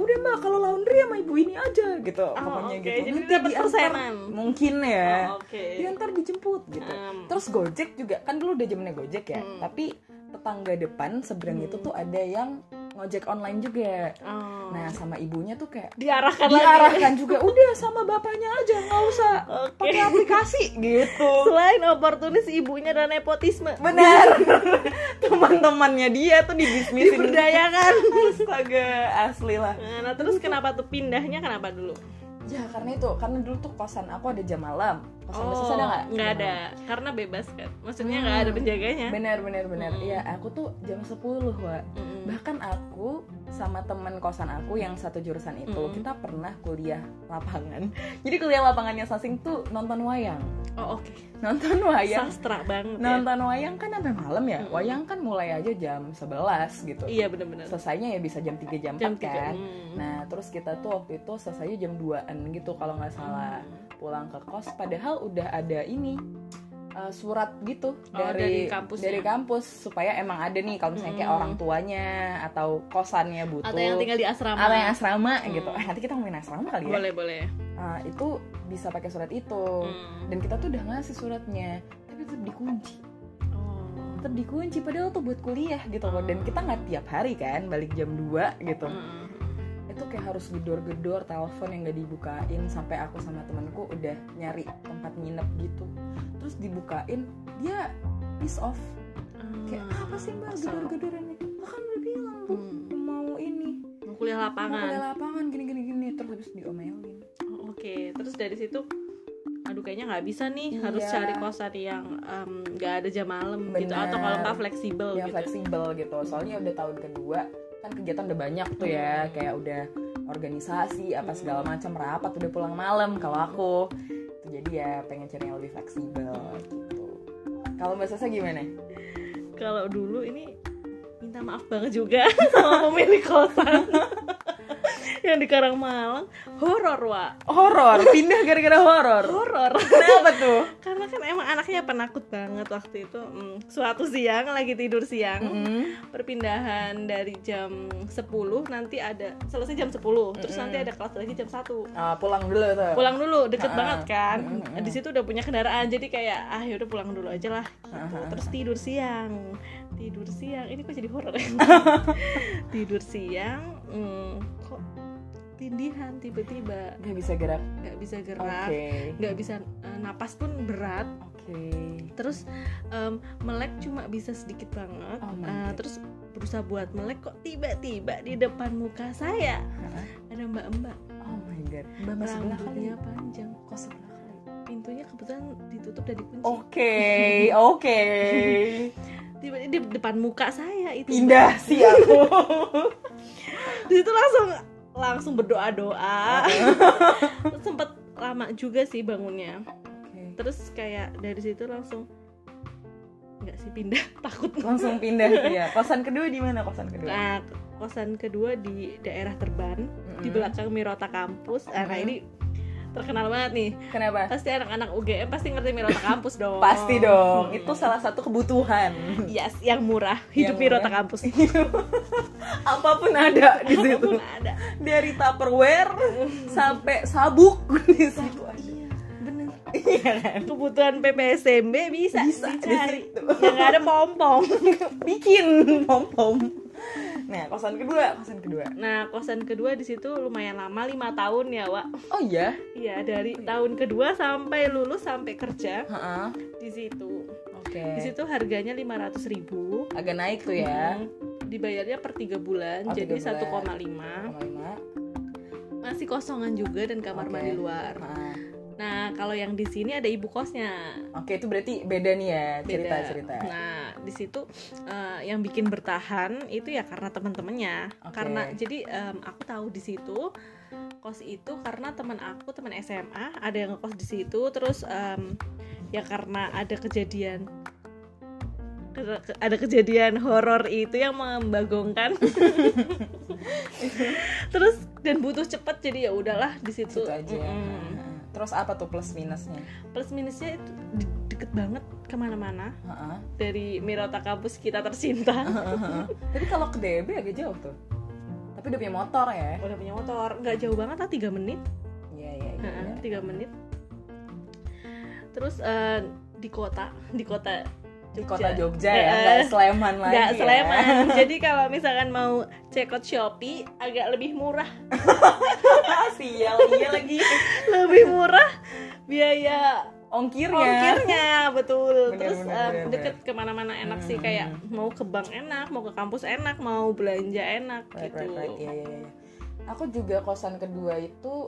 Speaker 1: udah mbak kalau laundry sama ibu ini aja gitu pokoknya
Speaker 2: Oh, oke.
Speaker 1: gitu
Speaker 2: Jadi dapat
Speaker 1: diantar,
Speaker 2: persenan.
Speaker 1: mungkin ya
Speaker 2: Oh, oke.
Speaker 1: diantar dijemput gitu
Speaker 2: Um.
Speaker 1: terus gojek juga kan dulu udah zamannya gojek ya
Speaker 2: Hmm.
Speaker 1: tapi tetangga depan seberang itu tuh ada yang ngojek online juga
Speaker 2: oh.
Speaker 1: nah sama ibunya tuh kayak
Speaker 2: diarahkan lagi
Speaker 1: diarahkan juga udah sama bapaknya aja nggak usah
Speaker 2: Oke.
Speaker 1: pakai aplikasi gitu
Speaker 2: selain oportunis ibunya dan nepotisme
Speaker 1: benar (laughs) teman-temannya dia tuh dibisnisin (laughs)
Speaker 2: diberdayakan
Speaker 1: astaga asli lah
Speaker 2: nah terus kenapa tuh pindahnya kenapa dulu
Speaker 1: Ya karena itu, karena dulu tuh kosan aku ada jam malam Kosan oh, ada nggak? Hmm.
Speaker 2: nggak ada karena bebas kan maksudnya nggak ada penjaganya
Speaker 1: Bener, bener, bener
Speaker 2: Hmm.
Speaker 1: Iya, aku tuh jam 10, Wak
Speaker 2: Mm-mm.
Speaker 1: Bahkan aku sama temen kosan aku yang satu jurusan itu
Speaker 2: Hmm.
Speaker 1: Kita pernah kuliah lapangan (laughs) Jadi kuliah lapangannya Sasing tuh nonton wayang
Speaker 2: Oh oke,
Speaker 1: Nonton wayang
Speaker 2: sastra banget ya.
Speaker 1: Nonton wayang kan sampai malam ya
Speaker 2: Hmm.
Speaker 1: Wayang kan mulai aja jam 11 gitu
Speaker 2: Iya benar-benar.
Speaker 1: Selesainya ya bisa jam 3, jam 4
Speaker 2: Jam tiga.
Speaker 1: kan
Speaker 2: Hmm.
Speaker 1: Nah, terus kita tuh waktu itu selesainya jam 2an gitu kalau nggak
Speaker 2: Hmm.
Speaker 1: salah pulang ke kos padahal udah ada ini uh, surat gitu
Speaker 2: Oh, dari
Speaker 1: dari
Speaker 2: kampusnya.
Speaker 1: dari kampus supaya emang ada nih kalau misalnya kayak
Speaker 2: Hmm.
Speaker 1: orang tuanya atau kosannya butuh
Speaker 2: Atau yang tinggal di asrama.
Speaker 1: atau yang asrama
Speaker 2: Hmm.
Speaker 1: gitu eh, nanti kita ngomongin asrama kali ya
Speaker 2: Boleh boleh.
Speaker 1: Uh, itu bisa pakai surat itu
Speaker 2: Hmm.
Speaker 1: dan kita tuh udah ngasih suratnya tapi tetap dikunci
Speaker 2: oh
Speaker 1: tetap dikunci padahal tuh buat kuliah gitu loh
Speaker 2: Hmm.
Speaker 1: dan kita nggak tiap hari kan balik jam 2 gitu
Speaker 2: Mm.
Speaker 1: itu kayak harus gedor-gedor telepon yang gak dibukain sampai aku sama temanku udah nyari tempat nginep gitu terus dibukain dia piece off kayak "Ah, apa sih mbak
Speaker 2: Hmm, Kesel.
Speaker 1: gedor-gedor ini "Lah kan udah bilang tuh
Speaker 2: Hmm.
Speaker 1: mau ini
Speaker 2: Mau kuliah
Speaker 1: mau
Speaker 2: lapangan
Speaker 1: ke lapangan gini gini gini terus habis diomelin
Speaker 2: Oh, oke terus dari situ aduh kayaknya nggak bisa nih
Speaker 1: Iya.
Speaker 2: harus cari kosan yang em, nggak ada jam malam gitu
Speaker 1: Benar.
Speaker 2: atau kalau nggak fleksibel
Speaker 1: yang
Speaker 2: gitu
Speaker 1: fleksibel gitu soalnya udah tahun kedua kan kegiatan udah banyak tuh ya kayak udah organisasi apa segala macam rapat udah pulang malam kalau aku Itu jadi ya pengen cari yang lebih fleksibel gitu kalau mbak Sasa gimana
Speaker 2: kalau dulu ini minta maaf banget juga (laughs) sama pemilik
Speaker 1: (laughs)
Speaker 2: kosan yang di Karangmalang horor wa
Speaker 1: horor pindah gara-gara horor
Speaker 2: horor
Speaker 1: kenapa tuh
Speaker 2: karena kan emang anaknya penakut banget waktu itu Hmm, suatu siang lagi tidur siang perpindahan dari jam 10 nanti ada selesai jam 10 terus nanti ada kelas lagi jam 1
Speaker 1: Ah, pulang dulu tuh
Speaker 2: pulang dulu deket
Speaker 1: Ah.
Speaker 2: banget kan
Speaker 1: Mm, mm, mm.
Speaker 2: di situ udah punya kendaraan jadi kayak ah yaudah pulang dulu aja lah gitu.
Speaker 1: Ah, ah,
Speaker 2: terus tidur siang tidur siang ini kok jadi horor
Speaker 1: (laughs)
Speaker 2: ya? tidur siang hmm, kok tindihan tiba-tiba
Speaker 1: nggak bisa gerak
Speaker 2: nggak bisa
Speaker 1: oke
Speaker 2: gerak nggak bisa eh, napas pun berat
Speaker 1: oke
Speaker 2: terus em, melek cuma bisa sedikit banget
Speaker 1: Oh my
Speaker 2: Eh,
Speaker 1: God.
Speaker 2: terus berusaha buat melek kok tiba-tiba di depan muka saya
Speaker 1: Hah?
Speaker 2: ada mbak-mbak
Speaker 1: oh my god mbak masih ya? sebelah kali
Speaker 2: rambutnya panjang
Speaker 1: kok sebelah kali
Speaker 2: pintunya kebetulan ditutup dari kunci
Speaker 1: oke oke
Speaker 2: tiba-tiba di depan muka saya itu (laughs)
Speaker 1: pindah sih (laughs) aku
Speaker 2: di situ langsung langsung berdoa
Speaker 1: (laughs)
Speaker 2: doa sempet lama juga sih bangunnya terus kayak dari situ langsung nggak sih pindah (laughs) takut
Speaker 1: langsung pindah ya kosan kedua di mana kosan kedua
Speaker 2: nah kosan kedua di daerah Terban di
Speaker 1: Mm-mm.
Speaker 2: belakang Mirota kampus Ah, nah
Speaker 1: Mhm.
Speaker 2: ini terkenal banget nih
Speaker 1: kenapa
Speaker 2: pasti anak-anak UGM pasti ngerti Mirota kampus dong
Speaker 1: pasti dong
Speaker 2: Hmm.
Speaker 1: itu salah satu kebutuhan (laughs)
Speaker 2: yes yang murah hidup
Speaker 1: Yang murah.
Speaker 2: Mirota kampus (laughs)
Speaker 1: apapun ada di
Speaker 2: Apapun
Speaker 1: situ
Speaker 2: ada
Speaker 1: dari tupperware sampai sabuk (laughs) di situ ada
Speaker 2: iya bener
Speaker 1: iya kan
Speaker 2: kebutuhan PPSMB bisa,
Speaker 1: Bisa, di
Speaker 2: dicari
Speaker 1: situ.
Speaker 2: yang nggak ada pom pom
Speaker 1: bikin pom pom nah kosan kedua kosan kedua
Speaker 2: nah kosan kedua di situ lumayan lama lima tahun ya Wak
Speaker 1: oh iya
Speaker 2: iya dari tahun kedua sampai lulus sampai kerja
Speaker 1: Heeh.
Speaker 2: di situ
Speaker 1: oke
Speaker 2: di situ harganya lima ratus ribu
Speaker 1: agak naik tuh ya
Speaker 2: dibayarnya per tiga bulan
Speaker 1: Oh,
Speaker 2: jadi
Speaker 1: tiga bulan.
Speaker 2: 1,5
Speaker 1: lima
Speaker 2: masih kosongan juga dan kamar
Speaker 1: Oke.
Speaker 2: mandi luar
Speaker 1: Ah.
Speaker 2: nah kalau yang di sini ada ibu kosnya
Speaker 1: oke itu berarti beda nih ya cerita
Speaker 2: beda
Speaker 1: cerita
Speaker 2: nah di situ eh, yang bikin bertahan itu ya karena teman-temannya
Speaker 1: Oke.
Speaker 2: karena jadi em, aku tahu di situ kos itu karena teman aku teman SMA ada yang ngekos di situ terus em, ya karena ada kejadian ke- ke- ada kejadian horor itu yang
Speaker 1: (laughs)
Speaker 2: membagongkan terus dan butuh cepet jadi ya udahlah di situ
Speaker 1: situ aja
Speaker 2: Mm-mm.
Speaker 1: Heeh. terus apa tuh plus minusnya
Speaker 2: plus minusnya itu de- deket banget kemana-mana
Speaker 1: Heeh.
Speaker 2: dari Mirota kampus kita tercinta
Speaker 1: (laughs) Heeh. tapi kalau ke DB agak jauh tuh tapi udah punya motor ya
Speaker 2: udah punya motor nggak jauh banget lah tiga menit
Speaker 1: iya iya iya
Speaker 2: Heeh, tiga menit terus eh, di kota di kota
Speaker 1: di
Speaker 2: Jogja.
Speaker 1: kota Jogja ya nggak
Speaker 2: Eh,
Speaker 1: Sleman lagi
Speaker 2: nggak
Speaker 1: ya. (laughs)
Speaker 2: Sleman jadi kalau misalkan mau check out Shopee agak lebih
Speaker 1: (laughs)
Speaker 2: murah
Speaker 1: sial iya lagi
Speaker 2: lebih murah biaya
Speaker 1: ongkirnya
Speaker 2: ongkirnya betul
Speaker 1: Bener,
Speaker 2: terus
Speaker 1: bener,
Speaker 2: eh,
Speaker 1: bener,
Speaker 2: deket kemana-mana enak sih
Speaker 1: Hmm.
Speaker 2: kayak mau ke bank enak mau ke kampus enak mau belanja enak
Speaker 1: right,
Speaker 2: gitu
Speaker 1: right, right. Iya, iya, iya. Aku juga kosan kedua itu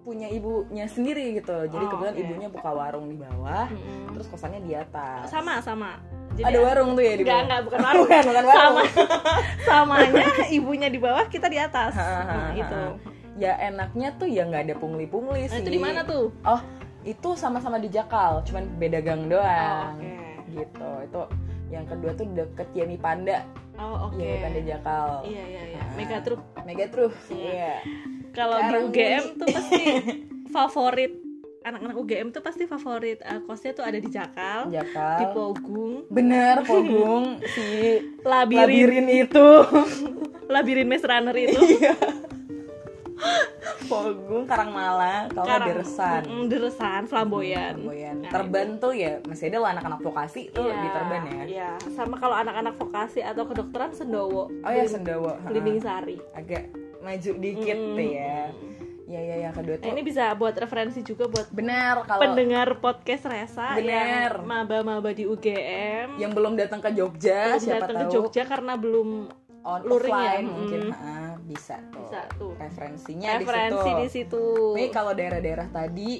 Speaker 1: punya ibunya sendiri gitu. Jadi
Speaker 2: Oh,
Speaker 1: kebetulan
Speaker 2: oke.
Speaker 1: ibunya buka warung di bawah,
Speaker 2: Mm-mm.
Speaker 1: terus kosannya di atas.
Speaker 2: sama Iya. sama
Speaker 1: Ada warung tuh ya di
Speaker 2: Enggak,
Speaker 1: bawah.
Speaker 2: enggak, bukan
Speaker 1: (laughs)
Speaker 2: warung.
Speaker 1: bukan, bukan warung.
Speaker 2: sama (laughs) samanya ibunya di bawah kita di atas nah, itu
Speaker 1: Ya enaknya tuh ya nggak ada
Speaker 2: nah,
Speaker 1: pungli-pungli
Speaker 2: itu
Speaker 1: sih.
Speaker 2: di mana tuh
Speaker 1: Oh, itu sama-sama di Jakal, cuman beda gang
Speaker 2: Oh,
Speaker 1: doang.
Speaker 2: oke
Speaker 1: Gitu. Itu yang kedua tuh deket Yemi Panda,
Speaker 2: oh oke
Speaker 1: Yemi Panda Jakal.
Speaker 2: iya iya iya
Speaker 1: Ah.
Speaker 2: mega truk
Speaker 1: Megatruh. Iya.
Speaker 2: kalau di
Speaker 1: Sekarang
Speaker 2: UGM
Speaker 1: ini.
Speaker 2: tuh
Speaker 1: (laughs)
Speaker 2: pasti favorit anak-anak UGM tuh pasti favorit eh, kosnya tuh ada di Jakal di
Speaker 1: Jakal.
Speaker 2: Pogung (laughs)
Speaker 1: Bener, Pogung si
Speaker 2: labirin
Speaker 1: (laughs) labirin itu Iya.
Speaker 2: labirin, Maze Runner itu
Speaker 1: Pogung Karangmalang kalau nggak
Speaker 2: Karang-
Speaker 1: Oh, Dersan
Speaker 2: Mm, deresan, flamboyan.
Speaker 1: Boyan.
Speaker 2: Nah,
Speaker 1: Terban tuh ya masih ada lah anak-anak vokasi tuh
Speaker 2: Iya,
Speaker 1: di Terban ya.
Speaker 2: Iya, sama kalau anak-anak vokasi atau kedokteran sendowo.
Speaker 1: Oh ya Sendawa. ha-ha.
Speaker 2: Blimbing Sari.
Speaker 1: Agak maju dikit
Speaker 2: Mm.
Speaker 1: tuh ya. Ya ya yang kedua
Speaker 2: Nah,
Speaker 1: tuh
Speaker 2: ini bisa buat referensi juga buat
Speaker 1: benar kalau
Speaker 2: pendengar podcast Resa
Speaker 1: Bener.
Speaker 2: yang maba-maba di UGM.
Speaker 1: yang belum datang ke Jogja
Speaker 2: terus
Speaker 1: siapa
Speaker 2: datang
Speaker 1: tahu Oh,
Speaker 2: ke Jogja karena belum
Speaker 1: on
Speaker 2: luring ya,
Speaker 1: offline
Speaker 2: mm.
Speaker 1: mungkin ha-ha, bisa tuh.
Speaker 2: bisa tuh.
Speaker 1: Referensinya
Speaker 2: Referensi
Speaker 1: di
Speaker 2: di
Speaker 1: situ.
Speaker 2: situ.
Speaker 1: Tapi kalau daerah-daerah tadi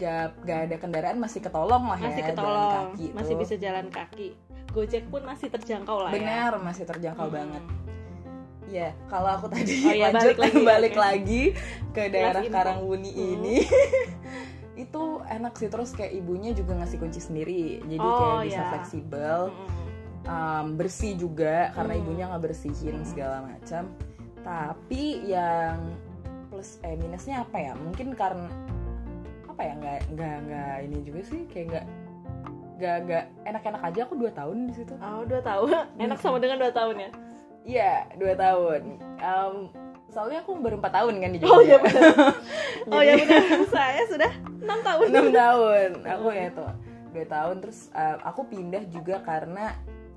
Speaker 1: gak, gak ada kendaraan masih ketolong lah
Speaker 2: Masih
Speaker 1: ya jalan
Speaker 2: ketolong,
Speaker 1: kaki
Speaker 2: masih
Speaker 1: tuh.
Speaker 2: bisa jalan kaki. Gojek pun masih terjangkau lah ya.
Speaker 1: Benar, masih terjangkau
Speaker 2: Mm.
Speaker 1: banget. Ya, kalau aku tadi
Speaker 2: Oh iya, balik
Speaker 1: lanjut
Speaker 2: lagi,
Speaker 1: balik
Speaker 2: oke.
Speaker 1: lagi ke daerah
Speaker 2: info.
Speaker 1: Karangwuni
Speaker 2: Hmm.
Speaker 1: ini. (laughs) itu enak sih terus kayak ibunya juga ngasih kunci sendiri. Jadi
Speaker 2: Oh,
Speaker 1: kayak bisa
Speaker 2: iya.
Speaker 1: fleksibel,
Speaker 2: Mm.
Speaker 1: um, bersih juga karena
Speaker 2: Hmm.
Speaker 1: ibunya nggak bersihin segala macam. Tapi yang plus eh minusnya apa ya? Mungkin karena apa ya nggak nggak nggak ini juga sih kayak nggak nggak nggak enak-enak aja aku dua tahun di situ.
Speaker 2: Oh, dua tahun. Enak sama dengan dua tahun ya.
Speaker 1: Iya, dua tahun. Em, soalnya aku baru empat tahun kan di Jogja.
Speaker 2: Oh iya benar.
Speaker 1: (laughs)
Speaker 2: Oh ya
Speaker 1: Jadi,
Speaker 2: benar. Saya sudah enam tahun.
Speaker 1: enam tahun. Aku ya itu dua tahun. Terus eh, aku pindah juga karena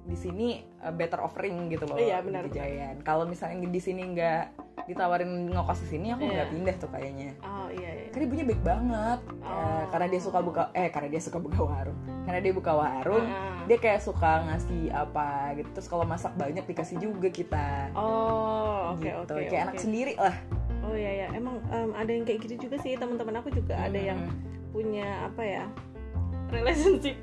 Speaker 1: di sini eh, better offering gitu loh.
Speaker 2: Iya, benar,
Speaker 1: di Gejayan. Kalau misalnya di sini nggak ditawarin ngekos di sini, aku
Speaker 2: Iya.
Speaker 1: nggak pindah tuh kayaknya.
Speaker 2: Oh iya. iya.
Speaker 1: Karena ibunya baik banget. Eh,
Speaker 2: Oh.
Speaker 1: karena dia suka buka eh karena dia suka buka warung. Karena dia buka warung.
Speaker 2: Ah.
Speaker 1: Dia kayak suka ngasih apa gitu. Terus kalau masak banyak dikasih juga kita.
Speaker 2: Oh, oke
Speaker 1: gitu.
Speaker 2: oke.
Speaker 1: kayak anak
Speaker 2: oke.
Speaker 1: sendiri lah.
Speaker 2: Oh iya ya. Emang em, ada yang kayak gitu juga sih. Teman-teman aku juga ada
Speaker 1: Hmm.
Speaker 2: yang punya apa ya? relationship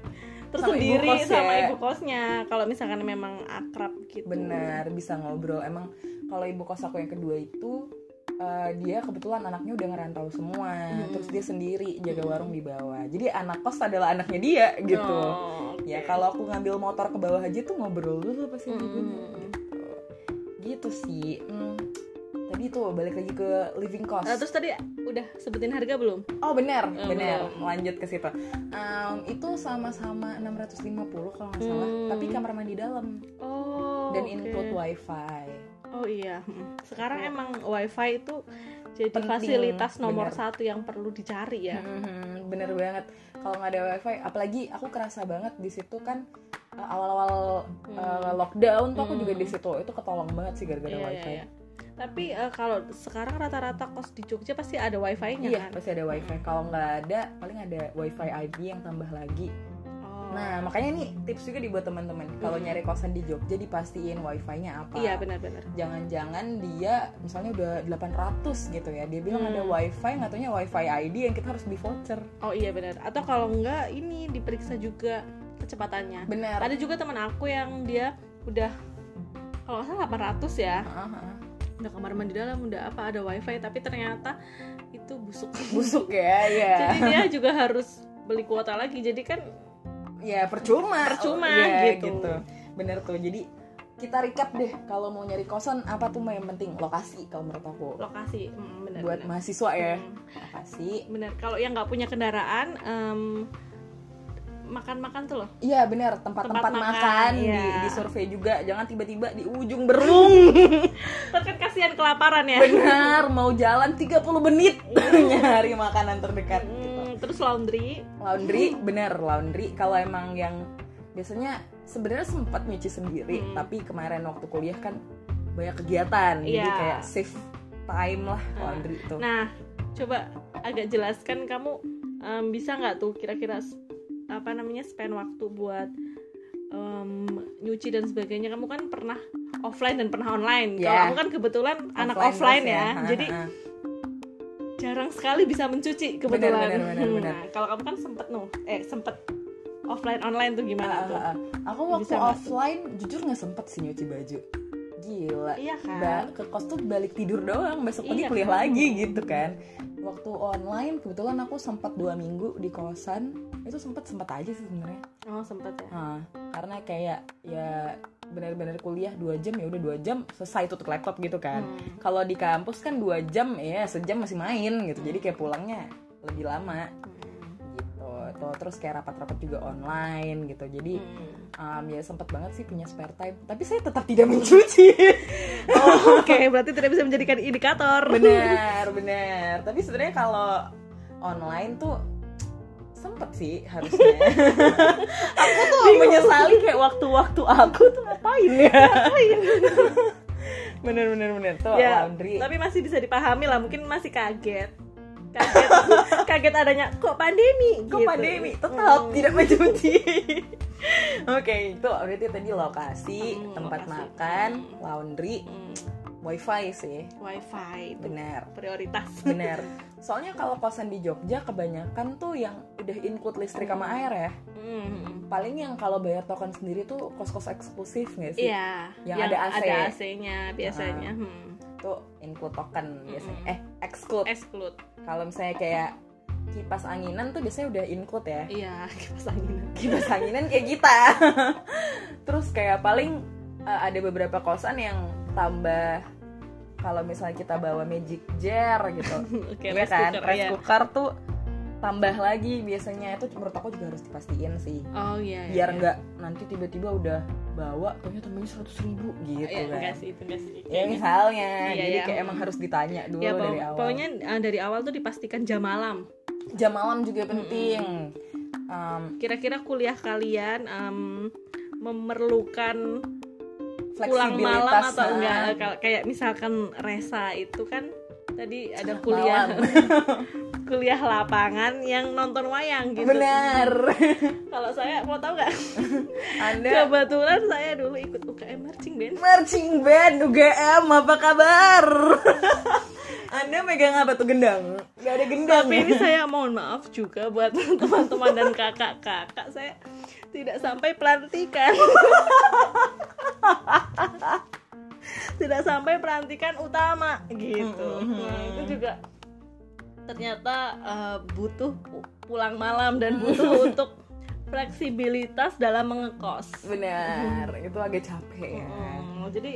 Speaker 2: tersendiri
Speaker 1: kos
Speaker 2: sama
Speaker 1: ya.
Speaker 2: ibu kosnya. Kalau misalkan memang akrab gitu.
Speaker 1: benar bisa ngobrol emang kalau ibu kos aku yang kedua itu eh, dia kebetulan anaknya udah ngerantau semua
Speaker 2: Hmm.
Speaker 1: terus dia sendiri jaga
Speaker 2: Hmm.
Speaker 1: warung di bawah jadi anak kos adalah anaknya dia gitu
Speaker 2: Oh, oke.
Speaker 1: ya kalau aku ngambil motor ke bawah aja tuh ngobrol dulu pasti
Speaker 2: Hmm.
Speaker 1: ibunya gitu gitu sih Hmm, tadi tuh balik lagi ke living cost
Speaker 2: Nah, terus tadi udah sebutin harga belum?
Speaker 1: oh benar
Speaker 2: Eh,
Speaker 1: benar
Speaker 2: belum.
Speaker 1: lanjut ke situ Em, itu sama-sama 650 kalau nggak salah
Speaker 2: Hmm.
Speaker 1: tapi kamar mandi dalam
Speaker 2: Oh. oke.
Speaker 1: dan include wifi
Speaker 2: Oh iya, mm. sekarang emang WiFi itu jadi
Speaker 1: Penting,
Speaker 2: fasilitas nomor
Speaker 1: bener.
Speaker 2: satu yang perlu dicari ya.
Speaker 1: Mhm, bener banget kalau nggak ada wifi apalagi aku kerasa banget di situ kan uh, awal-awal uh, lockdown tuh aku
Speaker 2: Hmm.
Speaker 1: juga di situ itu ketolong banget sih gara-gara
Speaker 2: Mm-hmm. Iya,
Speaker 1: wifi
Speaker 2: iya, iya. Tapi eh, kalau sekarang rata-rata kos di Jogja pasti ada wifi-nya
Speaker 1: iya
Speaker 2: kan?
Speaker 1: pasti ada wifi kalau nggak ada paling ada wifi ID yang tambah lagi
Speaker 2: Oh.
Speaker 1: nah makanya nih tips juga dibuat teman-teman kalau
Speaker 2: Hmm.
Speaker 1: nyari kosan di Jogja dipastiin wifi-nya apa
Speaker 2: iya benar-benar.
Speaker 1: jangan-jangan dia misalnya udah 800 gitu ya dia bilang
Speaker 2: Hmm.
Speaker 1: ada wifi nggak taunya wifi ID yang kita harus beli voucher
Speaker 2: Oh iya benar. Atau kalau enggak ini diperiksa juga kecepatannya.
Speaker 1: bener
Speaker 2: Ada juga teman aku yang dia udah kalau nggak salah 800 ya,
Speaker 1: Ah, ah.
Speaker 2: udah kamar mandi dalam, udah apa ada wifi, tapi ternyata itu busuk.
Speaker 1: (laughs) busuk ya ya
Speaker 2: jadi dia juga harus beli kuota lagi. Jadi kan
Speaker 1: ya percuma
Speaker 2: Percuma,
Speaker 1: Ya,
Speaker 2: gitu.
Speaker 1: bener tuh jadi kita recap deh kalau mau nyari kosan apa tuh yang penting lokasi kalau menurut aku
Speaker 2: lokasi mm, benar.
Speaker 1: buat
Speaker 2: benar.
Speaker 1: mahasiswa ya
Speaker 2: Mm.
Speaker 1: lokasi
Speaker 2: Bener, kalau yang nggak punya kendaraan, em, makan-makan tuh loh.
Speaker 1: iya bener tempat-tempat
Speaker 2: Tempat makan,
Speaker 1: makan, di,
Speaker 2: iya.
Speaker 1: di survei juga jangan tiba-tiba di ujung
Speaker 2: (laughs)
Speaker 1: berung
Speaker 2: Ntar kan kasihan kelaparan ya.
Speaker 1: bener mau jalan 30 menit (laughs) nyari makanan terdekat gitu
Speaker 2: Mm, terus laundry,
Speaker 1: laundry bener laundry kalau emang yang biasanya sebenarnya sempat nyuci sendiri
Speaker 2: Hmm.
Speaker 1: tapi kemarin waktu kuliah kan banyak kegiatan jadi
Speaker 2: Iya.
Speaker 1: kayak save time lah
Speaker 2: Nah,
Speaker 1: laundry tuh
Speaker 2: nah coba agak jelaskan kamu em, bisa nggak tuh kira-kira s- apa namanya spend waktu buat em, nyuci dan sebagainya. Kamu kan pernah offline dan pernah online. Kalau
Speaker 1: Iya.
Speaker 2: aku kan kebetulan anak
Speaker 1: Offline
Speaker 2: offline
Speaker 1: terus
Speaker 2: ya,
Speaker 1: Ha,
Speaker 2: jadi
Speaker 1: ha, ha.
Speaker 2: jarang sekali bisa mencuci kebetulan.
Speaker 1: benar, benar,
Speaker 2: Hmm,
Speaker 1: benar.
Speaker 2: Nah, kalau kamu kan sempet nuh, eh sempet offline online tuh gimana
Speaker 1: Ah,
Speaker 2: tuh?
Speaker 1: ah, ah. aku waktu
Speaker 2: Bisa nggak tuh?
Speaker 1: offline jujur nggak sempet sih nyuci baju gila
Speaker 2: Iya kan?
Speaker 1: Ba- ke kos tuh balik tidur doang besok pagi
Speaker 2: Iya
Speaker 1: kuliah
Speaker 2: kan?
Speaker 1: lagi gitu kan waktu online kebetulan aku sempat dua minggu di kosan itu sempat sempat aja sih sebenarnya
Speaker 2: Oh sempet ya.
Speaker 1: Nah, karena kayak ya benar-benar kuliah dua jam ya udah dua jam selesai tutup laptop gitu kan.
Speaker 2: Hmm.
Speaker 1: Kalau di kampus kan dua
Speaker 2: Hmm,
Speaker 1: jam ya sejam masih main gitu. Jadi kayak pulangnya lebih lama gitu. gitu terus kayak rapat-rapat juga online gitu jadi
Speaker 2: Hmm.
Speaker 1: um, ya sempet banget sih punya spare time tapi saya tetap tidak (laughs) mencuci
Speaker 2: Oh, Oke, berarti tidak bisa menjadikan indikator.
Speaker 1: benar benar tapi sebenarnya kalau online tuh sempet sih harusnya aku tuh (laughs) menyesali kayak waktu-waktu aku tuh ngapain ya
Speaker 2: (laughs)
Speaker 1: ngapain bener bener bener tuh
Speaker 2: ya,
Speaker 1: laundry
Speaker 2: tapi masih bisa dipahami lah. Mungkin masih kaget, kaget, (laughs) kaget adanya kok pandemi.
Speaker 1: Kok
Speaker 2: gitu.
Speaker 1: pandemi tetap
Speaker 2: Hmm.
Speaker 1: tidak mencuci. (laughs) Oke, itu berarti tadi lokasi,
Speaker 2: Hmm,
Speaker 1: tempat
Speaker 2: lokasi.
Speaker 1: makan,
Speaker 2: Hmm.
Speaker 1: laundry,
Speaker 2: Hmm,
Speaker 1: wifi sih.
Speaker 2: Wifi itu (laughs)
Speaker 1: Benar.
Speaker 2: prioritas.
Speaker 1: Benar. Soalnya kalau kosan di Jogja kebanyakan tuh yang udah include listrik sama air ya.
Speaker 2: Hmm.
Speaker 1: Paling yang kalau bayar token sendiri tuh kos-kos eksklusif nggak sih?
Speaker 2: Iya,
Speaker 1: Yang ada Ah. AC.
Speaker 2: nya biasanya. Hmm.
Speaker 1: Tuh include token biasanya.
Speaker 2: Mm-mm.
Speaker 1: Eh, exclude.
Speaker 2: Exclude.
Speaker 1: Kalau misalnya kayak kipas anginan tuh biasanya udah include ya.
Speaker 2: Iya, (laughs) kipas angin.
Speaker 1: kipas anginan kayak kita (laughs) terus kayak paling eh, ada beberapa kosan yang tambah kalau misalnya kita bawa magic jar gitu
Speaker 2: (laughs) Oke,
Speaker 1: Iya
Speaker 2: rice
Speaker 1: kan
Speaker 2: cooker,
Speaker 1: rice
Speaker 2: iya.
Speaker 1: cooker tuh tambah lagi biasanya itu menurut aku juga harus dipastiin sih
Speaker 2: Oh iya. iya,
Speaker 1: biar
Speaker 2: iya.
Speaker 1: nggak nanti tiba-tiba udah bawa punya temennya seratus ribu gitu
Speaker 2: Iya, enggak
Speaker 1: kan
Speaker 2: sih, itu enggak sih.
Speaker 1: ya misalnya
Speaker 2: Iya,
Speaker 1: jadi
Speaker 2: iya.
Speaker 1: kayak emang harus ditanya dulu
Speaker 2: Ya,
Speaker 1: dari
Speaker 2: pokok-
Speaker 1: awal
Speaker 2: pokoknya eh, dari awal tuh dipastikan jam malam.
Speaker 1: jam malam juga penting Um,
Speaker 2: Kira-kira kuliah kalian em, memerlukan pulang
Speaker 1: fleksibilitas
Speaker 2: malam atau
Speaker 1: nah.
Speaker 2: enggak? Eh, gitu Kal- Kayak misalkan Resa itu kan tadi ada
Speaker 1: (laughs)
Speaker 2: kuliah kuliah lapangan yang nonton wayang gitu. (laughs)
Speaker 1: benar
Speaker 2: Kalau saya mau tahu nggak?
Speaker 1: anda
Speaker 2: Kebetulan saya dulu ikut UKM marching band.
Speaker 1: Marching band UGM apa kabar? (laughs) Anda megang apa tuh gendang? Gak ada gendang.
Speaker 2: Tapi ini saya mohon maaf juga buat (laughs) teman-teman dan kakak-kakak saya tidak sampai pelantikan. (laughs) tidak sampai pelantikan utama gitu. Nah, itu juga ternyata eh, butuh pu- pulang malam dan butuh untuk fleksibilitas dalam mengekos.
Speaker 1: Benar, itu agak capek ya.
Speaker 2: Hmm, jadi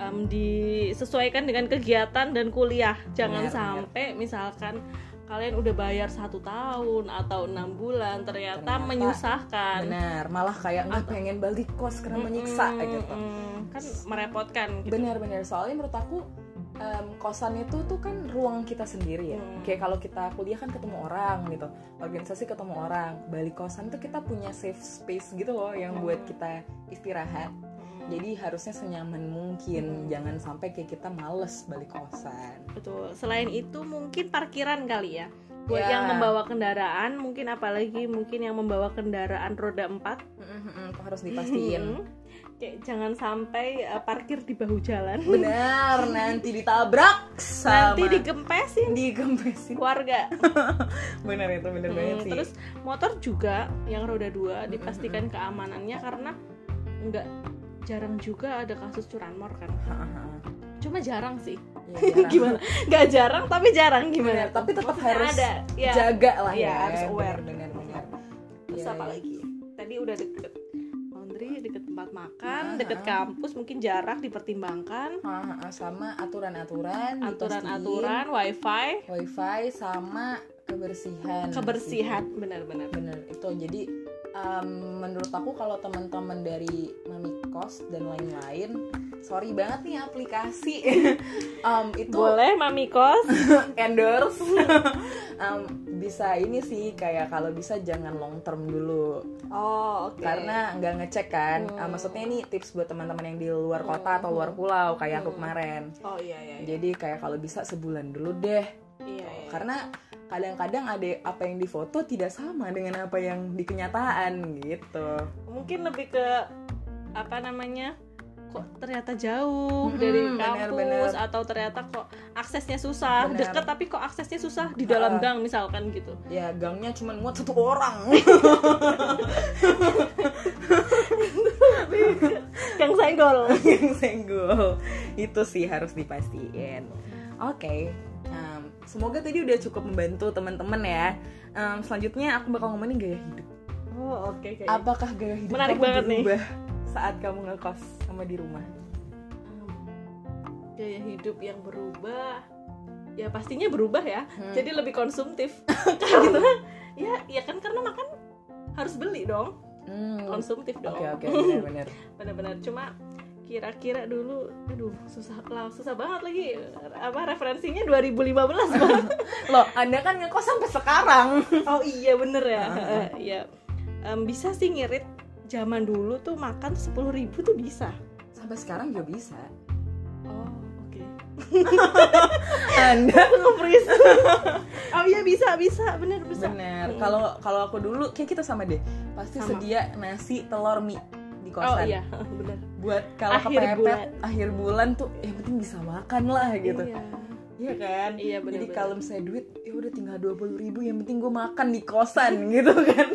Speaker 2: em, disesuaikan dengan kegiatan dan kuliah. Jangan
Speaker 1: Iya, Benar,
Speaker 2: sampai misalkan kalian udah bayar satu tahun atau enam bulan ternyata,
Speaker 1: Ternyata
Speaker 2: menyusahkan.
Speaker 1: Benar, malah kayak nggak pengen balik kos karena menyiksa
Speaker 2: Mm,
Speaker 1: gitu.
Speaker 2: mm, kan merepotkan gitu.
Speaker 1: Benar-benar soalnya menurut aku em, kosan itu tuh kan ruang kita sendiri ya.
Speaker 2: Hmm.
Speaker 1: Kayak kalau kita kuliah kan ketemu orang gitu, organisasi ketemu orang. Balik kosan tuh kita punya safe space gitu loh yang buat
Speaker 2: Hmm.
Speaker 1: kita istirahat.
Speaker 2: Mm,
Speaker 1: Jadi harusnya senyaman
Speaker 2: Hmm.
Speaker 1: mungkin, jangan sampai kayak kita males balik kosan.
Speaker 2: betul. Selain itu mungkin parkiran kali ya. Buat
Speaker 1: Ya.
Speaker 2: yang membawa kendaraan, mungkin apalagi mungkin yang membawa kendaraan roda 4 hmm.
Speaker 1: Itu harus dipastiin.
Speaker 2: Kayak jangan sampai eh, parkir di bahu jalan.
Speaker 1: Benar, nanti ditabrak sama
Speaker 2: Nanti digempesin
Speaker 1: digempesin.
Speaker 2: keluarga.
Speaker 1: Benar itu benar
Speaker 2: Mm,
Speaker 1: banget sih.
Speaker 2: terus motor juga yang roda dua dipastikan keamanannya karena nggak jarang juga ada kasus curanmor kan. Cuma jarang sih.
Speaker 1: (laughs) gimana?
Speaker 2: (laughs) Gimana? Nggak jarang tapi jarang
Speaker 1: Iya, Benar,
Speaker 2: gimana?
Speaker 1: tapi tetap
Speaker 2: Maksudnya
Speaker 1: harus
Speaker 2: ada. Ya.
Speaker 1: jaga lah
Speaker 2: Iya,
Speaker 1: ya.
Speaker 2: harus aware.
Speaker 1: Benar benar.
Speaker 2: Terus
Speaker 1: Iya,
Speaker 2: apa
Speaker 1: iya.
Speaker 2: lagi? Tadi udah deket laundry, deket tempat makan,
Speaker 1: Ah,
Speaker 2: deket
Speaker 1: ah.
Speaker 2: kampus, mungkin jarak dipertimbangkan,
Speaker 1: Heeh, Ah, sama aturan-aturan,
Speaker 2: aturan-aturan, wifi,
Speaker 1: dipastiin, wifi sama kebersihan.
Speaker 2: kebersihan, benar-benar.
Speaker 1: bener itu jadi em, menurut aku kalau teman-teman dari mami kos dan lain-lain sorry banget nih
Speaker 2: (laughs)
Speaker 1: aplikasi Em, itu
Speaker 2: Boleh mami kos?
Speaker 1: endorse (laughs) Em, bisa ini sih kayak kalau bisa jangan long term dulu
Speaker 2: Oh, oke.
Speaker 1: karena nggak ngecek kan
Speaker 2: Hmm.
Speaker 1: Ah, maksudnya ini tips buat teman-teman yang di luar
Speaker 2: Hmm.
Speaker 1: kota atau luar pulau kayak aku
Speaker 2: Hmm.
Speaker 1: kemarin
Speaker 2: Oh iya iya. iya.
Speaker 1: jadi kayak kalau bisa sebulan dulu deh
Speaker 2: Iya,
Speaker 1: Oh,
Speaker 2: iya.
Speaker 1: karena kadang-kadang ada apa yang di foto tidak sama dengan apa yang di kenyataan gitu
Speaker 2: mungkin lebih ke apa namanya kok ternyata jauh
Speaker 1: Mm-mm,
Speaker 2: dari
Speaker 1: bener,
Speaker 2: kampus atau ternyata kok aksesnya susah
Speaker 1: Bener.
Speaker 2: deket tapi kok aksesnya susah di dalam
Speaker 1: Ah.
Speaker 2: gang misalkan gitu
Speaker 1: ya gangnya cuma muat satu orang (laughs)
Speaker 2: gang senggol
Speaker 1: yang senggol itu sih harus dipastiin oke em, semoga tadi udah cukup membantu teman-teman ya Em, selanjutnya aku bakal ngomongin gaya hidup
Speaker 2: oh oke kayaknya.
Speaker 1: apakah gaya hidup
Speaker 2: Menarik
Speaker 1: kamu
Speaker 2: banget nih.
Speaker 1: berubah saat kamu ngekos sama di rumah
Speaker 2: Hmm, gaya hidup yang
Speaker 1: Hmm.
Speaker 2: (laughs) berubah ya pastinya berubah ya jadi lebih konsumtif karena ya ya kan karena makan harus beli dong
Speaker 1: Hmm,
Speaker 2: konsumtif dong
Speaker 1: Oke oke benar benar.
Speaker 2: (laughs) benar-benar cuma kira-kira dulu aduh susah lah susah banget lagi apa referensinya (laughs) 2015 Bang.
Speaker 1: Loh, Anda kan ngekos sampai sekarang.
Speaker 2: oh iya bener ya
Speaker 1: Ah.
Speaker 2: Eh, iya Em, bisa sih ngirit zaman dulu tuh makan sepuluh ribu tuh bisa
Speaker 1: Sampai sekarang juga bisa.
Speaker 2: oh (laughs) oke
Speaker 1: Anda
Speaker 2: (laughs) oh iya bisa bisa bener bisa Mm.
Speaker 1: bener. Kalau kalau aku dulu kayak kita sama deh. Pasti
Speaker 2: Sama.
Speaker 1: sedia nasi, telur, mie di
Speaker 2: oh
Speaker 1: kosan.
Speaker 2: iya (laughs) bener
Speaker 1: Buat kalau
Speaker 2: Akhir
Speaker 1: kepepet
Speaker 2: bulan.
Speaker 1: akhir bulan tuh yang penting bisa makan lah gitu.
Speaker 2: iya
Speaker 1: Iya kan?
Speaker 2: Iya,
Speaker 1: Jadi
Speaker 2: bener-bener.
Speaker 1: kalau misalnya duit ya udah tinggal 20 ribu yang penting gue makan di kosan (laughs) gitu kan.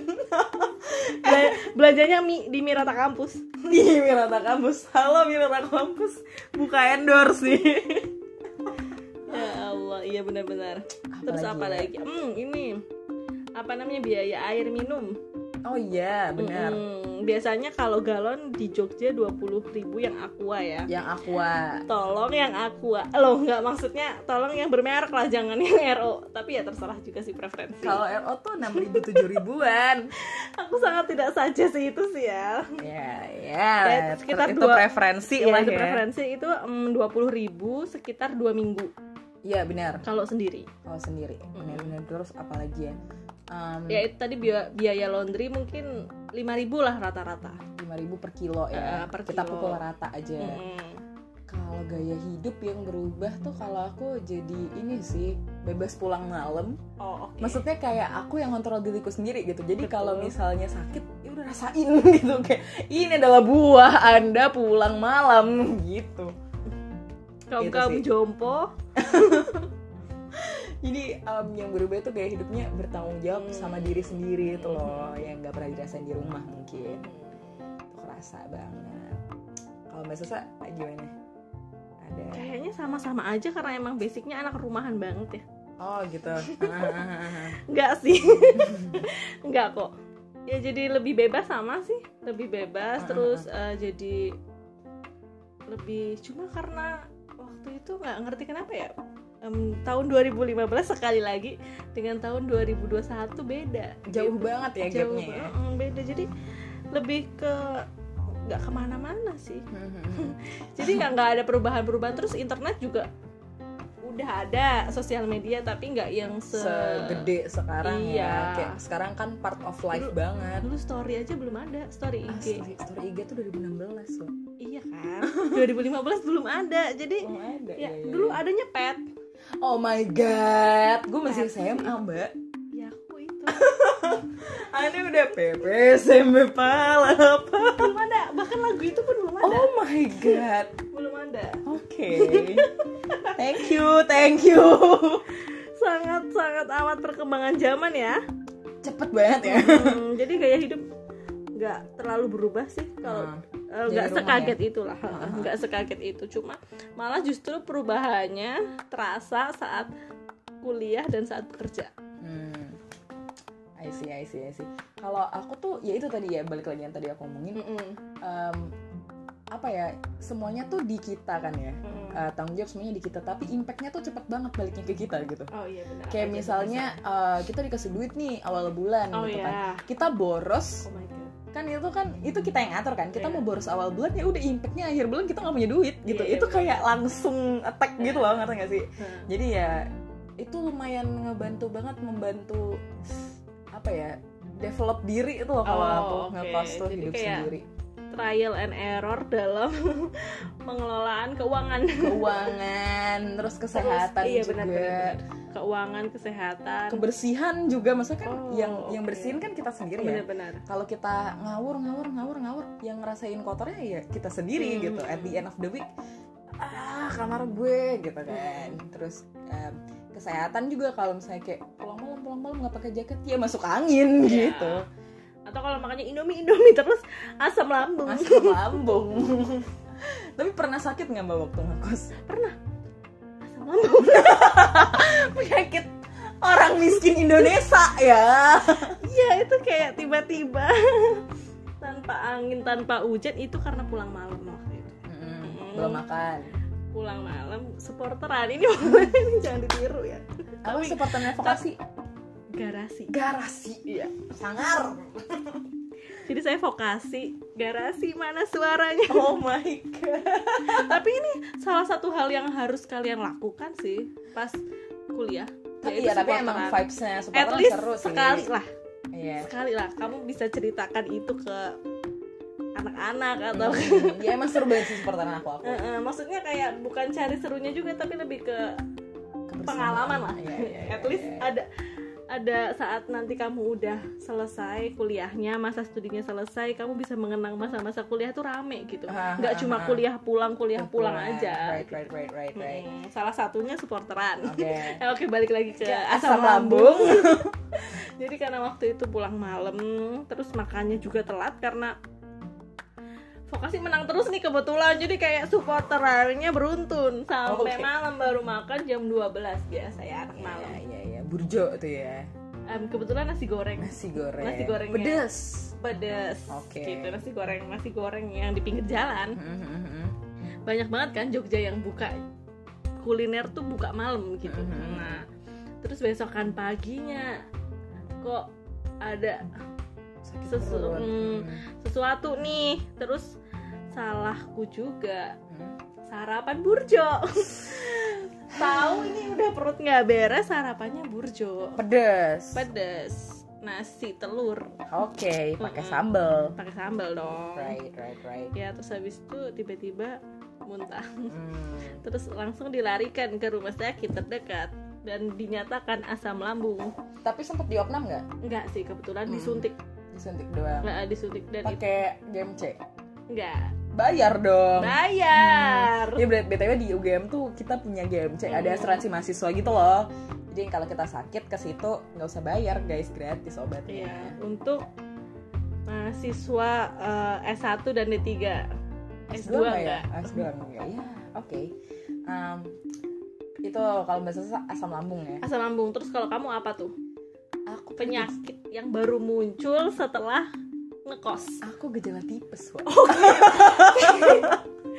Speaker 2: Bela- belanjanya mie di Mirata kampus
Speaker 1: Di Mirata Kampus. Halo Mirata Kampus. Buka endorse nih.
Speaker 2: ya Allah iya benar-benar terus apa
Speaker 1: Apalagi
Speaker 2: lagi
Speaker 1: ya?
Speaker 2: hmm ini apa namanya biaya air minum
Speaker 1: Oh iya, benar.
Speaker 2: Mm-mm. biasanya kalau galon di Jogja 20.000 yang aqua ya
Speaker 1: Yang aqua.
Speaker 2: tolong yang aqua loh nggak maksudnya tolong yang bermerek lah jangan yang (laughs) RO tapi ya terserah juga sih preferensi
Speaker 1: Kalau RO tuh 6000 7000-an.
Speaker 2: aku sangat tidak saja sih itu sih ya
Speaker 1: ya, ya.
Speaker 2: Ya,
Speaker 1: ter-
Speaker 2: sekitar
Speaker 1: itu
Speaker 2: dua- Ya,
Speaker 1: preferensi lah
Speaker 2: itu
Speaker 1: ya.
Speaker 2: preferensi itu mm, dua puluh ribu sekitar dua minggu
Speaker 1: Iya, benar.
Speaker 2: kalau sendiri
Speaker 1: Kalau sendiri. Benar-benar terus apalagi ya? Em,
Speaker 2: ya itu tadi biaya, biaya laundry mungkin lima ribu lah rata-rata
Speaker 1: 5000 per kilo ya.
Speaker 2: Eh, per
Speaker 1: Kita
Speaker 2: kilo.
Speaker 1: pukul rata aja.
Speaker 2: Mm-mm.
Speaker 1: Kalau gaya hidup yang berubah tuh kalau aku jadi ini sih bebas pulang malam.
Speaker 2: oh oke
Speaker 1: Maksudnya kayak aku yang kontrol diriku sendiri gitu. Jadi
Speaker 2: Betul.
Speaker 1: kalau misalnya sakit ya udah rasain (laughs) gitu kayak ini adalah buah Anda pulang malam (laughs) gitu.
Speaker 2: kaum
Speaker 1: Itu
Speaker 2: kaum
Speaker 1: sih. Oh.
Speaker 2: jompo
Speaker 1: Jadi em, yang berubah itu gaya hidupnya bertanggung jawab
Speaker 2: Hmm.
Speaker 1: sama diri sendiri itu loh yang nggak pernah dirasain di rumah mungkin itu kerasa banget. Kalau Mbak Susa gimana? Ada?
Speaker 2: kayaknya sama-sama aja karena emang basicnya anak rumahan banget ya
Speaker 1: Oh gitu.
Speaker 2: nggak sih (laughs) nggak kok ya jadi lebih bebas sama sih lebih bebas
Speaker 1: Ah,
Speaker 2: terus eh, jadi lebih cuma karena waktu itu nggak ngerti kenapa ya Em, tahun 2015 sekali lagi dengan tahun 2021 beda
Speaker 1: Jauh
Speaker 2: Gitu.
Speaker 1: banget ya
Speaker 2: jauh
Speaker 1: gapnya ya.
Speaker 2: banget, mm, beda jadi lebih ke nggak kemana-mana sih jadi nggak nggak ada perubahan-perubahan terus internet juga udah ada sosial media tapi nggak yang se
Speaker 1: (laughs) Segede sekarang
Speaker 2: Iya.
Speaker 1: ya. Kayak sekarang kan part of life
Speaker 2: Dulu-
Speaker 1: banget.
Speaker 2: dulu story aja belum ada story
Speaker 1: Asli,
Speaker 2: IG
Speaker 1: story IG tuh 2016 loh.
Speaker 2: iya kan 2015 belum ada jadi
Speaker 1: Belum ada.
Speaker 2: ya
Speaker 1: ya, ya,
Speaker 2: dulu
Speaker 1: ya.
Speaker 2: adanya pet
Speaker 1: Oh my god, gue
Speaker 2: Pet.
Speaker 1: masih SMA, Mbak.
Speaker 2: ya aku
Speaker 1: (laughs)
Speaker 2: itu
Speaker 1: Anda udah PP SMP apa?
Speaker 2: belum ada bahkan lagu itu pun belum ada
Speaker 1: Oh my god.
Speaker 2: belum ada
Speaker 1: Oke. thank you, thank you.
Speaker 2: sangat sangat amat perkembangan zaman ya
Speaker 1: Cepet banget (laughs) ya.
Speaker 2: Hmm, jadi gaya hidup nggak terlalu berubah sih kalau
Speaker 1: Ah,
Speaker 2: eh,
Speaker 1: dari
Speaker 2: nggak
Speaker 1: rumah
Speaker 2: sekaget itulah
Speaker 1: Ah, ah.
Speaker 2: nggak sekaget itu cuma malah justru perubahannya terasa saat kuliah dan saat bekerja
Speaker 1: Hmm. I see, I see, I see. Kalau aku tuh ya itu tadi ya balik lagi yang tadi aku omongin Em, apa ya semuanya tuh di kita kan ya Eh, tanggung jawab semuanya di kita tapi impactnya tuh cepet banget baliknya ke kita gitu
Speaker 2: oh iya benar
Speaker 1: kayak misalnya eh, kita dikasih duit nih awal bulan
Speaker 2: oh
Speaker 1: gitu
Speaker 2: iya
Speaker 1: kan kita
Speaker 2: oh
Speaker 1: boros
Speaker 2: my god
Speaker 1: kan itu kan itu kita yang ngatur kan kita
Speaker 2: Iya.
Speaker 1: mau boros awal bulan ya udah impactnya akhir bulan kita nggak punya duit gitu
Speaker 2: Iya, iya,
Speaker 1: itu
Speaker 2: bener.
Speaker 1: kayak langsung attack gitu loh ngerti nggak sih
Speaker 2: Hmm.
Speaker 1: jadi ya itu lumayan ngebantu banget membantu apa ya develop diri itu loh kalau
Speaker 2: Oh,
Speaker 1: aku
Speaker 2: oke.
Speaker 1: ngekos tuh
Speaker 2: Jadi
Speaker 1: hidup
Speaker 2: kayak-
Speaker 1: sendiri
Speaker 2: trial and error dalam (laughs) pengelolaan keuangan (laughs)
Speaker 1: keuangan terus kesehatan
Speaker 2: iya,
Speaker 1: juga
Speaker 2: benar, benar, keuangan kesehatan
Speaker 1: kebersihan juga maksudnya kan
Speaker 2: Oh,
Speaker 1: yang yang
Speaker 2: oke. Iya,
Speaker 1: bersihin kan kita sendiri ya
Speaker 2: benar-benar
Speaker 1: kalau kita ngawur ngawur ngawur ngawur yang ngerasain kotornya ya kita sendiri
Speaker 2: Hmm.
Speaker 1: gitu at the end of the week ah kamar gue gitu kan terus em, kesehatan juga kalau misalnya kayak pulang malam pulang malam nggak pakai jaket ya masuk angin
Speaker 2: Ya.
Speaker 1: gitu
Speaker 2: atau kalau makannya indomie indomie terus asam lambung
Speaker 1: (laughs) masuk lambung tapi pernah sakit nggak mbak waktu ngekos
Speaker 2: asam (laughs) lambung
Speaker 1: penyakit orang miskin Indonesia ya
Speaker 2: iya itu kayak tiba-tiba (laughs) tanpa angin tanpa hujan itu karena pulang malam waktu itu
Speaker 1: belum makan
Speaker 2: pulang (laughs) malam supporteran ini boleh ini jangan ditiru ya
Speaker 1: apa
Speaker 2: Tapi-
Speaker 1: supporternya vokasi
Speaker 2: garasi
Speaker 1: garasi
Speaker 2: iya
Speaker 1: sangar
Speaker 2: jadi saya vokasi garasi mana suaranya
Speaker 1: oh my god
Speaker 2: tapi ini salah satu hal yang harus kalian lakukan sih pas kuliah yaitu
Speaker 1: iya tapi emang
Speaker 2: supporteran.
Speaker 1: vibesnya
Speaker 2: at
Speaker 1: supporteran
Speaker 2: least
Speaker 1: seru sih
Speaker 2: sekali lah
Speaker 1: iya
Speaker 2: sekali lah kamu bisa ceritakan itu ke anak-anak atau
Speaker 1: Hmm, ya emang seru banget sih supporteran aku aku
Speaker 2: Eh, eh, maksudnya kayak bukan cari serunya juga tapi lebih ke
Speaker 1: Kebersamaan.
Speaker 2: pengalaman lah
Speaker 1: Iya, iya, iya,
Speaker 2: at least
Speaker 1: iya.
Speaker 2: ada ada saat nanti kamu udah selesai kuliahnya masa studinya selesai kamu bisa mengenang masa-masa kuliah tuh rame gitu
Speaker 1: Ah,
Speaker 2: nggak
Speaker 1: ah, ah.
Speaker 2: cuma kuliah pulang kuliah pulang aja
Speaker 1: Iya, right right right right right
Speaker 2: Mm, salah satunya supporteran
Speaker 1: oke
Speaker 2: Eh, (laughs) Oke balik lagi ke asam
Speaker 1: asam lambung.
Speaker 2: lambung. (laughs) Jadi karena waktu itu pulang malam, terus makannya juga telat karena vokasi menang terus nih kebetulan. Jadi kayak supporterannya beruntun sampai
Speaker 1: Oke.
Speaker 2: malam baru makan jam 12 biasa ya anak malam.
Speaker 1: Iya, iya iya burjo tuh ya
Speaker 2: Em, kebetulan nasi goreng ya.
Speaker 1: nasi goreng
Speaker 2: Nasi gorengnya.
Speaker 1: pedes
Speaker 2: pedes
Speaker 1: Oke.
Speaker 2: gitu nasi goreng nasi goreng yang di pinggir jalan
Speaker 1: Mm-hmm,
Speaker 2: banyak banget kan Jogja yang buka kuliner tuh buka malam gitu.
Speaker 1: Mhm.
Speaker 2: Nah, terus besokan paginya kok ada
Speaker 1: Sakit
Speaker 2: Sesu-
Speaker 1: perut. Mm-hmm.
Speaker 2: mm. sesuatu nih. Terus salahku juga
Speaker 1: Hmm.
Speaker 2: sarapan burjo. (laughs) Tahu ini udah perut nggak beres sarapannya burjo.
Speaker 1: pedes
Speaker 2: Pedes, nasi telur
Speaker 1: oke pakai
Speaker 2: Mm-mm.
Speaker 1: sambel
Speaker 2: pakai sambal dong.
Speaker 1: right right right
Speaker 2: Ya terus habis itu tiba-tiba muntah.
Speaker 1: Hmm.
Speaker 2: terus langsung dilarikan ke rumah sakit terdekat dan dinyatakan asam lambung
Speaker 1: tapi sempet diopnam nggak
Speaker 2: enggak sih kebetulan
Speaker 1: Hmm.
Speaker 2: disuntik
Speaker 1: disuntik doang
Speaker 2: enggak eh, disuntik dan itu
Speaker 1: pakai game C
Speaker 2: enggak
Speaker 1: bayar dong
Speaker 2: bayar
Speaker 1: Ya ber- BTW di UGM tuh kita punya GMC, ada
Speaker 2: Hmm.
Speaker 1: asuransi mahasiswa gitu loh. Jadi kalau kita sakit ke situ nggak usah bayar guys, gratis obatnya.
Speaker 2: Iya, untuk mahasiswa eh, S1 dan D3 S2
Speaker 1: nggak ya?
Speaker 2: enggak
Speaker 1: S2 enggak ya. Oke. Em, itu kalau bahasa Sasa asam lambung ya.
Speaker 2: asam lambung terus kalau kamu apa tuh
Speaker 1: Aku
Speaker 2: penyakit yang baru muncul setelah ngekos
Speaker 1: Aku gejala tipes, Wak.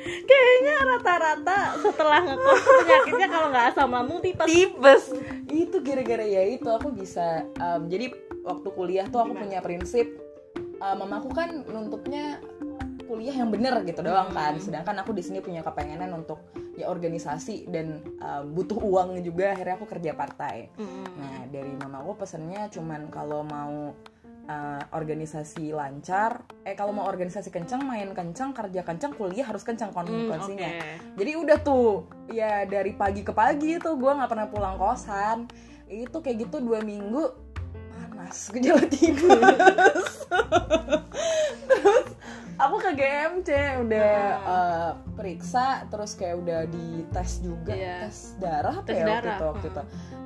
Speaker 2: kayaknya rata-rata setelah ngekos penyakitnya kalau nggak asam lambung tipes
Speaker 1: tipes itu gara-gara ya itu aku bisa um, jadi waktu kuliah tuh aku
Speaker 2: Gimana?
Speaker 1: punya prinsip um, mamaku kan nuntutnya kuliah yang bener gitu doang kan
Speaker 2: Hmm.
Speaker 1: sedangkan aku di sini punya kepengenan untuk ya organisasi dan um, butuh uang juga akhirnya aku kerja partai
Speaker 2: Mm.
Speaker 1: nah dari mamaku pesennya cuman kalau mau uh, organisasi lancar eh kalau mau organisasi kenceng main kenceng kerja kenceng kuliah harus kenceng kon
Speaker 2: Hmm,
Speaker 1: konsinya
Speaker 2: oke.
Speaker 1: jadi udah tuh ya dari pagi ke pagi itu gue nggak pernah pulang kosan itu kayak gitu dua minggu panas (laughs) gejala tipes terus aku ke GMC udah
Speaker 2: Ah.
Speaker 1: eh, periksa terus kayak udah di tes juga
Speaker 2: Iya.
Speaker 1: tes darah apa
Speaker 2: Tes
Speaker 1: ya waktu
Speaker 2: darah,
Speaker 1: itu waktu
Speaker 2: hmm.
Speaker 1: itu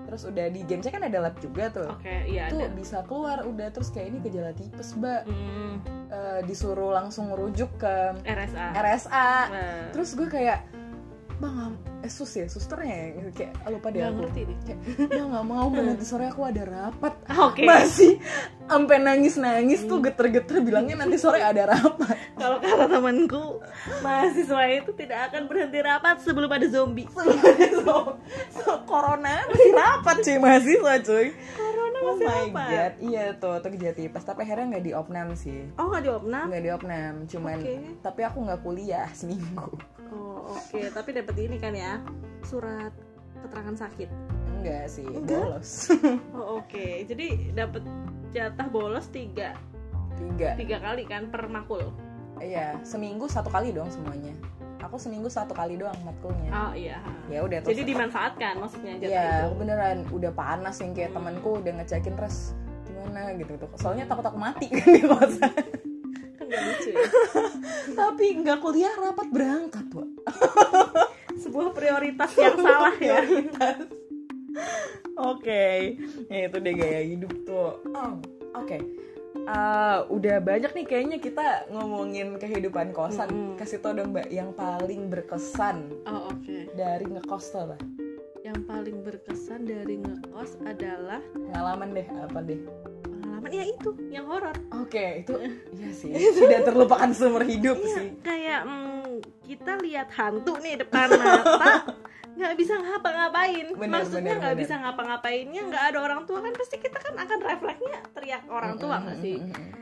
Speaker 1: terus udah di GMC kan ada lab juga tuh
Speaker 2: Oke, iya
Speaker 1: itu
Speaker 2: ada.
Speaker 1: bisa keluar udah terus kayak ini gejala tipes mbak
Speaker 2: Mm,
Speaker 1: Eh, disuruh langsung rujuk ke
Speaker 2: RSA.
Speaker 1: RSA
Speaker 2: Nah,
Speaker 1: terus gue kayak bang am- eh sus ya susternya ya?" kayak "Ah, lupa deh
Speaker 2: nggak
Speaker 1: aku
Speaker 2: ngerti deh.
Speaker 1: ya nggak
Speaker 2: (laughs)
Speaker 1: mau Mbak, nanti sore aku ada rapat
Speaker 2: Ah, Oke.
Speaker 1: masih sampai nangis nangis tuh geter-geter bilangnya nanti sore ada rapat (laughs)
Speaker 2: Kalau kata temanku, mahasiswa itu tidak akan berhenti rapat sebelum ada zombie.
Speaker 1: so, so, corona masih rapat cuy mahasiswa cuy
Speaker 2: Corona
Speaker 1: oh
Speaker 2: masih
Speaker 1: my
Speaker 2: rapat.
Speaker 1: god iya tuh tuh kejati pas tapi akhirnya nggak diopnam sih
Speaker 2: Oh, nggak diopnam.
Speaker 1: nggak diopnam cuman
Speaker 2: Oke.
Speaker 1: tapi aku nggak kuliah seminggu
Speaker 2: Oh, oke. Tapi dapat ini kan ya. Surat keterangan sakit.
Speaker 1: enggak sih
Speaker 2: Enggak.
Speaker 1: bolos (laughs)
Speaker 2: Oh, oke. Jadi dapat jatah bolos tiga
Speaker 1: tiga
Speaker 2: tiga kali kan per makul.
Speaker 1: Iya, seminggu satu kali doang semuanya. Aku seminggu satu kali doang matkulnya.
Speaker 2: Oh iya.
Speaker 1: Ya udah terus.
Speaker 2: Jadi dimanfaatkan maksudnya jatah
Speaker 1: Iya,
Speaker 2: itu.
Speaker 1: beneran udah panas yang kayak
Speaker 2: Hmm.
Speaker 1: temanku udah ngecekin res gimana gitu tuh. Soalnya takut aku mati kan di kosan.
Speaker 2: Kan nggak lucu ya.
Speaker 1: Tapi nggak kuliah rapat berangkat tuh.
Speaker 2: Sebuah prioritas yang salah ya.
Speaker 1: Oke, ya itu deh gaya hidup tuh. Oh, Oke. Ah, udah banyak nih kayaknya kita ngomongin kehidupan kosan.
Speaker 2: Mm-mm.
Speaker 1: Kasih tau dong Mbak yang paling berkesan
Speaker 2: Oh, oke.
Speaker 1: dari ngekos tuh apa?
Speaker 2: yang paling berkesan dari ngekos adalah
Speaker 1: Pengalaman deh apa deh?
Speaker 2: pengalaman ya itu yang horor
Speaker 1: Oke, itu iya
Speaker 2: (laughs)
Speaker 1: sih. Tidak terlupakan seumur hidup
Speaker 2: iya
Speaker 1: sih.
Speaker 2: (laughs) kayak mm, kita lihat hantu nih depan mata nggak bisa ngapa-ngapain
Speaker 1: Bener,
Speaker 2: maksudnya
Speaker 1: bener,
Speaker 2: nggak
Speaker 1: bener.
Speaker 2: bisa ngapa-ngapainnya nggak ada orang tua kan pasti kita kan akan refleksnya teriak orang tua nggak sih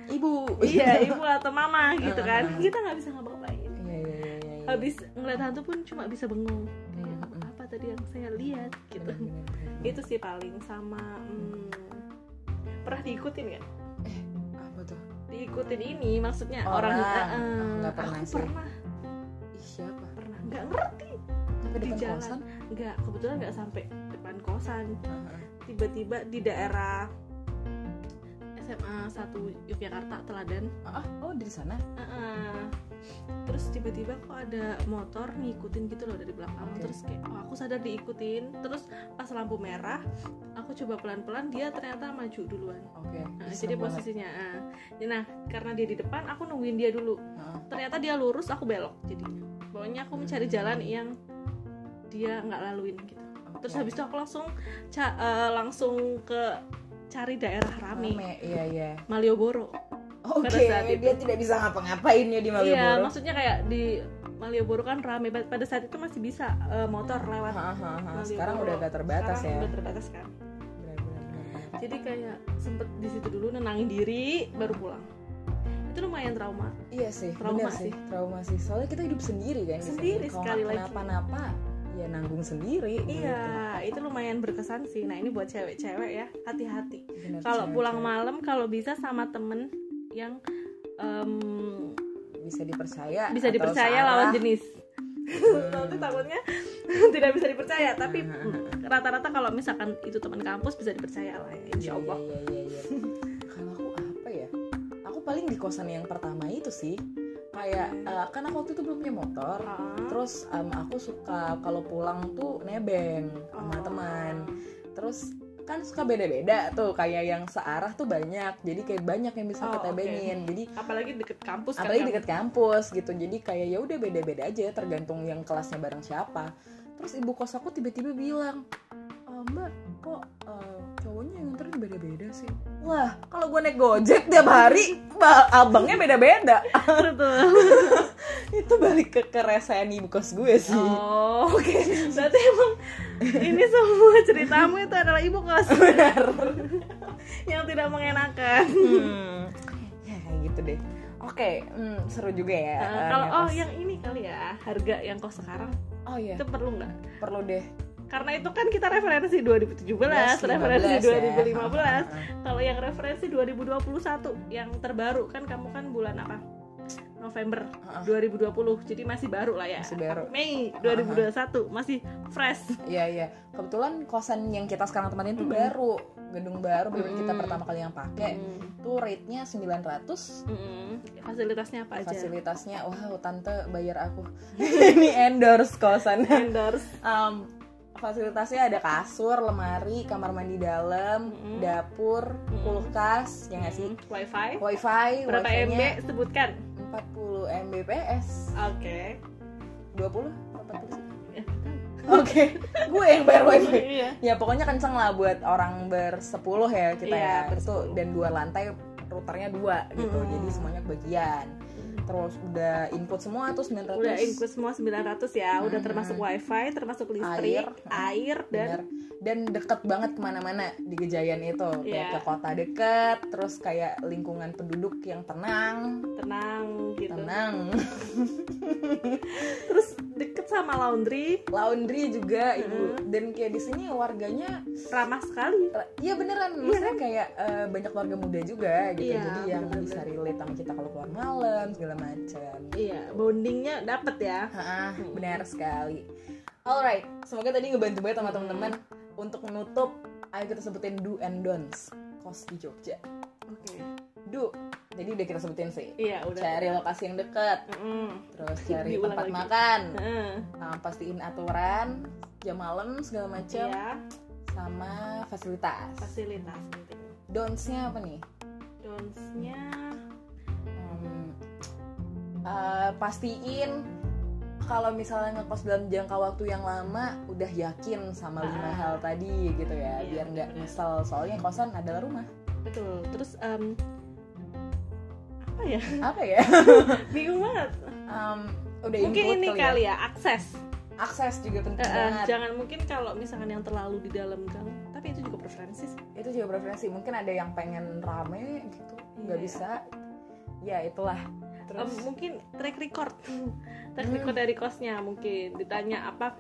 Speaker 2: ibu (laughs) iya ibu atau mama gitu kan
Speaker 1: Heeh.
Speaker 2: kita nggak bisa ngapa-ngapain
Speaker 1: Iya, iya, iya, iya, iya.
Speaker 2: habis ngeliat hantu pun cuma bisa bengong
Speaker 1: Bener,
Speaker 2: kayak apa tadi yang saya lihat gitu
Speaker 1: bener, bener, bener.
Speaker 2: itu sih paling sama hmm, pernah diikutin nggak
Speaker 1: apa tuh?
Speaker 2: diikutin ini maksudnya
Speaker 1: Orang.
Speaker 2: orang,
Speaker 1: Oh,
Speaker 2: eh,
Speaker 1: Aku nggak pernah
Speaker 2: aku
Speaker 1: sih.
Speaker 2: pernah
Speaker 1: Ih, siapa?
Speaker 2: pernah nggak ngerti
Speaker 1: Sampai
Speaker 2: Di
Speaker 1: depan
Speaker 2: jalan.
Speaker 1: kosan?
Speaker 2: nggak kebetulan nggak sampai depan kosan tiba-tiba di daerah SMA 1 Yogyakarta Teladan
Speaker 1: Ah, oh di sana?
Speaker 2: Heeh. terus tiba-tiba kok ada motor ngikutin gitu loh dari belakang
Speaker 1: Oke.
Speaker 2: terus kayak oh, aku sadar diikutin terus pas lampu merah aku coba pelan-pelan dia ternyata maju duluan
Speaker 1: Oke.
Speaker 2: Nah,
Speaker 1: Ih,
Speaker 2: jadi
Speaker 1: serem banget.
Speaker 2: posisinya ah. nah karena dia di depan aku nungguin dia dulu
Speaker 1: Heeh.
Speaker 2: ternyata dia lurus aku belok jadinya pokoknya aku mencari jalan yang dia nggak laluin gitu terus
Speaker 1: Oke.
Speaker 2: habis itu aku langsung ca- eh, langsung ke cari daerah rame,
Speaker 1: Rame, Iya, iya.
Speaker 2: Malioboro
Speaker 1: Oke,
Speaker 2: Pada saat itu.
Speaker 1: dia tidak bisa ngapa-ngapainnya di
Speaker 2: iya
Speaker 1: Malioboro.
Speaker 2: maksudnya kayak di Malioboro kan rame Pa- pada saat itu masih bisa eh, motor lewat
Speaker 1: Ha, ha, ha.
Speaker 2: Malioboro.
Speaker 1: Sekarang udah agak Ah, terbatas
Speaker 2: Sekarang
Speaker 1: ya.
Speaker 2: udah terbatas kan
Speaker 1: Bener, bener, bener.
Speaker 2: jadi kayak sempet di situ dulu nenangin diri baru pulang itu lumayan trauma
Speaker 1: Iya sih,
Speaker 2: Trauma
Speaker 1: bener sih.
Speaker 2: sih.
Speaker 1: Trauma sih. Soalnya kita hidup sendiri kan. di sana.
Speaker 2: Sendiri
Speaker 1: Kalau
Speaker 2: sekali
Speaker 1: nggak
Speaker 2: lagi.
Speaker 1: Kenapa-napa, ya nanggung sendiri. gitu.
Speaker 2: iya itu lumayan berkesan sih nah ini buat cewek-cewek ya hati-hati
Speaker 1: gitu. Bener,
Speaker 2: kalau
Speaker 1: cewek-cewek
Speaker 2: pulang malam kalau bisa sama temen yang em,
Speaker 1: bisa dipercaya.
Speaker 2: bisa
Speaker 1: atau Iya, Hmm.
Speaker 2: dipercaya
Speaker 1: searah.
Speaker 2: lawan jenis nanti takutnya (laughs) tidak bisa dipercaya tapi
Speaker 1: Hmm,
Speaker 2: mm, rata-rata kalau misalkan itu teman kampus bisa dipercaya lah ya, insya
Speaker 1: Iya,
Speaker 2: Allah
Speaker 1: Iya, iya, iya. Kalau aku apa ya? Aku paling di kosan yang pertama itu sih. Kayak eh, kan aku waktu itu belum punya motor. Terus em, aku suka kalau pulang tuh nebeng
Speaker 2: Oh.
Speaker 1: sama teman. Terus kan suka beda-beda tuh kayak yang searah tuh banyak. Jadi kayak banyak yang
Speaker 2: Oh,
Speaker 1: bisa kita
Speaker 2: oke.
Speaker 1: bengin. Jadi
Speaker 2: apalagi deket kampus kan
Speaker 1: apalagi
Speaker 2: kamu.
Speaker 1: deket kampus gitu jadi kayak ya udah beda-beda aja tergantung yang kelasnya bareng siapa terus ibu kos aku tiba-tiba bilang "Eh, mbak kok eh, cowoknya yang nganterin beda-beda sih wah kalau gue naik gojek tiap hari ba- abangnya beda-beda
Speaker 2: Betul.
Speaker 1: itu balik ke keresahan ibu kos gue sih
Speaker 2: (laughs) oh oke berarti emang ini semua ceritamu itu adalah ibu kos
Speaker 1: (laughs) benar
Speaker 2: yang tidak mengenakan
Speaker 1: Hmm. ya kayak gitu deh oke hmm, seru juga ya
Speaker 2: Eh,
Speaker 1: eh,
Speaker 2: kalau oh
Speaker 1: ngekos.
Speaker 2: yang ini kali ya harga yang kos sekarang
Speaker 1: oh iya
Speaker 2: itu perlu nggak
Speaker 1: perlu deh
Speaker 2: karena itu kan kita referensi 2017,
Speaker 1: 15,
Speaker 2: referensi
Speaker 1: 2015 ya.
Speaker 2: 2015. Kalau yang referensi 2021 yang terbaru kan kamu kan bulan apa? November
Speaker 1: Ah, ah.
Speaker 2: 2020. Jadi masih baru lah ya.
Speaker 1: Masih baru.
Speaker 2: Mei 2021 masih fresh.
Speaker 1: Iya iya. Kebetulan kosan yang kita sekarang tempatin tuh
Speaker 2: Mm-mm.
Speaker 1: baru, gedung baru bener-bener kita
Speaker 2: Mm-mm.
Speaker 1: pertama kali yang pakai.
Speaker 2: Mm,
Speaker 1: Tuh rate-nya 900
Speaker 2: mm, Fasilitasnya apa aja?
Speaker 1: fasilitasnya wow tante bayar aku (laughs) ini endorse kosan
Speaker 2: Endorse.
Speaker 1: Em, fasilitasnya ada kasur lemari kamar mandi dalam
Speaker 2: Mm-mm.
Speaker 1: dapur
Speaker 2: Mm-mm.
Speaker 1: kulkas ya nggak sih
Speaker 2: Mm, Wifi.
Speaker 1: wifi
Speaker 2: Berapa MB
Speaker 1: wifi-nya
Speaker 2: sebutkan?
Speaker 1: 40 mbps
Speaker 2: Oke.
Speaker 1: 20 40 sih?
Speaker 2: Ya, nggak tahu.
Speaker 1: oke gue yang bayar wifi
Speaker 2: Iya.
Speaker 1: Ya pokoknya kenceng lah buat orang bersepuluh ya
Speaker 2: Iya,
Speaker 1: kita ya itu
Speaker 2: bersepuluh.
Speaker 1: dan dua lantai routernya dua gitu
Speaker 2: Mm.
Speaker 1: jadi semuanya kebagian terus udah input semua tuh 900
Speaker 2: Udah include semua 900 ya, udah
Speaker 1: Mm.
Speaker 2: termasuk wifi, termasuk listrik,
Speaker 1: Air.
Speaker 2: air, dan
Speaker 1: Bener. dan deket banget kemana-mana di Gejayan itu kayak
Speaker 2: Iya.
Speaker 1: ke kota deket terus kayak lingkungan penduduk yang tenang
Speaker 2: tenang gitu.
Speaker 1: tenang (laughs)
Speaker 2: Terus deket sama laundry,
Speaker 1: laundry juga ibu dan kayak di sini warganya
Speaker 2: ramah sekali.
Speaker 1: Iya beneran, maksudnya kayak eh, banyak warga muda juga gitu,
Speaker 2: kan? Iya,
Speaker 1: jadi yang
Speaker 2: bener-bener.
Speaker 1: bisa relate sama kita kalau keluar malam segala macam.
Speaker 2: Iya, bondingnya dapet ya.
Speaker 1: Hah, benar sekali. Alright, semoga tadi ngebantu banget sama teman-teman untuk menutup. Ayo kita sebutin do and don'ts kos di Jogja.
Speaker 2: Oke.
Speaker 1: Do, jadi udah kita sebutin sih.
Speaker 2: Iya, udah.
Speaker 1: Cari lokasi yang dekat,
Speaker 2: Mm-mm.
Speaker 1: terus cari
Speaker 2: Diulang
Speaker 1: tempat
Speaker 2: lagi.
Speaker 1: makan,
Speaker 2: Heeh.
Speaker 1: eh, pastiin aturan, jam malam segala macam,
Speaker 2: Iya,
Speaker 1: sama fasilitas.
Speaker 2: fasilitas penting.
Speaker 1: Don'ts-nya apa nih?
Speaker 2: Don'ts-nya
Speaker 1: Hmm, eh, pastiin kalau misalnya ngekos dalam jangka waktu yang lama udah yakin sama lima
Speaker 2: Ah.
Speaker 1: hal tadi gitu ya
Speaker 2: Iya,
Speaker 1: biar nggak
Speaker 2: bener.
Speaker 1: nyesel soalnya kosan adalah rumah
Speaker 2: betul. Terus em, apa ya? (laughs)
Speaker 1: apa ya
Speaker 2: Bingung banget.
Speaker 1: Em, udah
Speaker 2: Mungkin
Speaker 1: input
Speaker 2: ini
Speaker 1: ya.
Speaker 2: kali ya, akses.
Speaker 1: akses juga penting
Speaker 2: Eh, eh,
Speaker 1: banget
Speaker 2: jangan mungkin kalau misalkan yang terlalu di dalam gang tapi itu juga preferensi sih
Speaker 1: itu juga preferensi mungkin ada yang pengen rame gitu nggak
Speaker 2: Iya.
Speaker 1: bisa ya itulah
Speaker 2: Em,
Speaker 1: terus Hmm.
Speaker 2: mungkin track record track record dari kosnya mungkin ditanya apa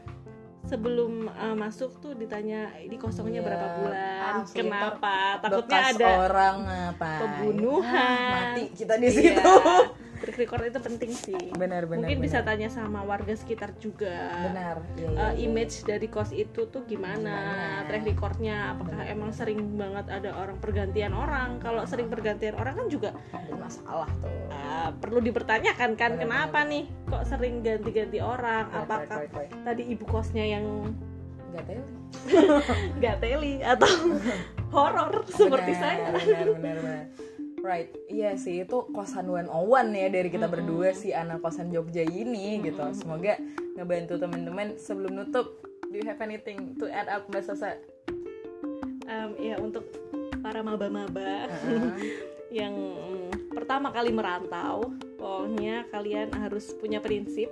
Speaker 2: sebelum eh, masuk tuh ditanya ini kosongnya
Speaker 1: Iya.
Speaker 2: berapa bulan
Speaker 1: Asli,
Speaker 2: kenapa takutnya
Speaker 1: bekas
Speaker 2: ada
Speaker 1: orang apa
Speaker 2: pembunuhan.
Speaker 1: mati kita di
Speaker 2: Iya,
Speaker 1: situ
Speaker 2: track record itu penting sih
Speaker 1: benar-benar
Speaker 2: mungkin bisa tanya sama warga sekitar juga
Speaker 1: benar Iya, iya,
Speaker 2: Eh,
Speaker 1: iya.
Speaker 2: image dari kos itu tuh gimana,
Speaker 1: Gimana?
Speaker 2: track recordnya apakah
Speaker 1: Benar.
Speaker 2: emang sering banget ada orang pergantian orang kalau sering pergantian orang kan juga
Speaker 1: Ada masalah tuh
Speaker 2: eh, perlu dipertanyakan kan
Speaker 1: Benar,
Speaker 2: kenapa nih kok sering ganti-ganti orang
Speaker 1: Wait,
Speaker 2: apakah
Speaker 1: wait, wait, wait.
Speaker 2: tadi ibu kosnya yang
Speaker 1: nggak tahu
Speaker 2: nggak teli atau horor seperti
Speaker 1: Benar,
Speaker 2: saya
Speaker 1: benar benar benar right iya sih itu kosan 101 ya dari kita berdua si anak kosan Jogja ini gitu semoga ngebantu teman-teman sebelum nutup do you have anything to add up Mbak Sosa
Speaker 2: Em, ya untuk para maba-maba yang mm, pertama kali merantau pokoknya kalian harus punya prinsip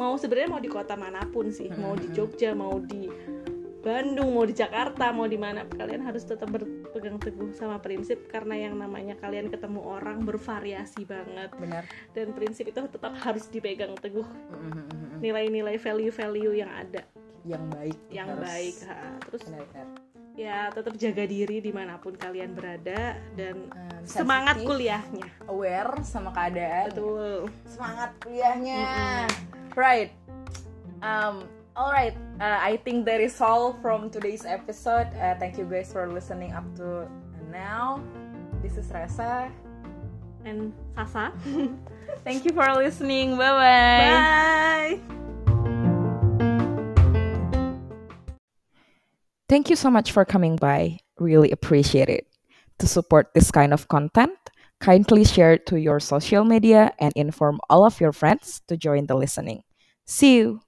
Speaker 2: mau sebenarnya mau di kota manapun sih mau di Jogja mau di Bandung mau di Jakarta mau di mana kalian harus tetap berpegang teguh sama prinsip karena yang namanya kalian ketemu orang bervariasi banget
Speaker 1: (laughs) benar
Speaker 2: dan prinsip itu tetap harus dipegang teguh nilai-nilai value-value yang ada
Speaker 1: yang baik
Speaker 2: yang
Speaker 1: harus.
Speaker 2: baik ha. terus
Speaker 1: benar benar
Speaker 2: ya tetap jaga diri dimanapun kalian berada dan
Speaker 1: Um,
Speaker 2: semangat
Speaker 1: sensitif,
Speaker 2: kuliahnya
Speaker 1: aware sama keadaan
Speaker 2: betul
Speaker 1: semangat kuliahnya right um alright uh, I think that is all from today's episode Uh, thank you guys for listening up to now this is Rasa
Speaker 2: and Sasa
Speaker 1: (laughs) thank you for listening bye bye
Speaker 2: bye
Speaker 1: Thank you so much for coming by. Really appreciate it. To support this kind of content, kindly share it to your social media and inform all of your friends to join the listening. See you.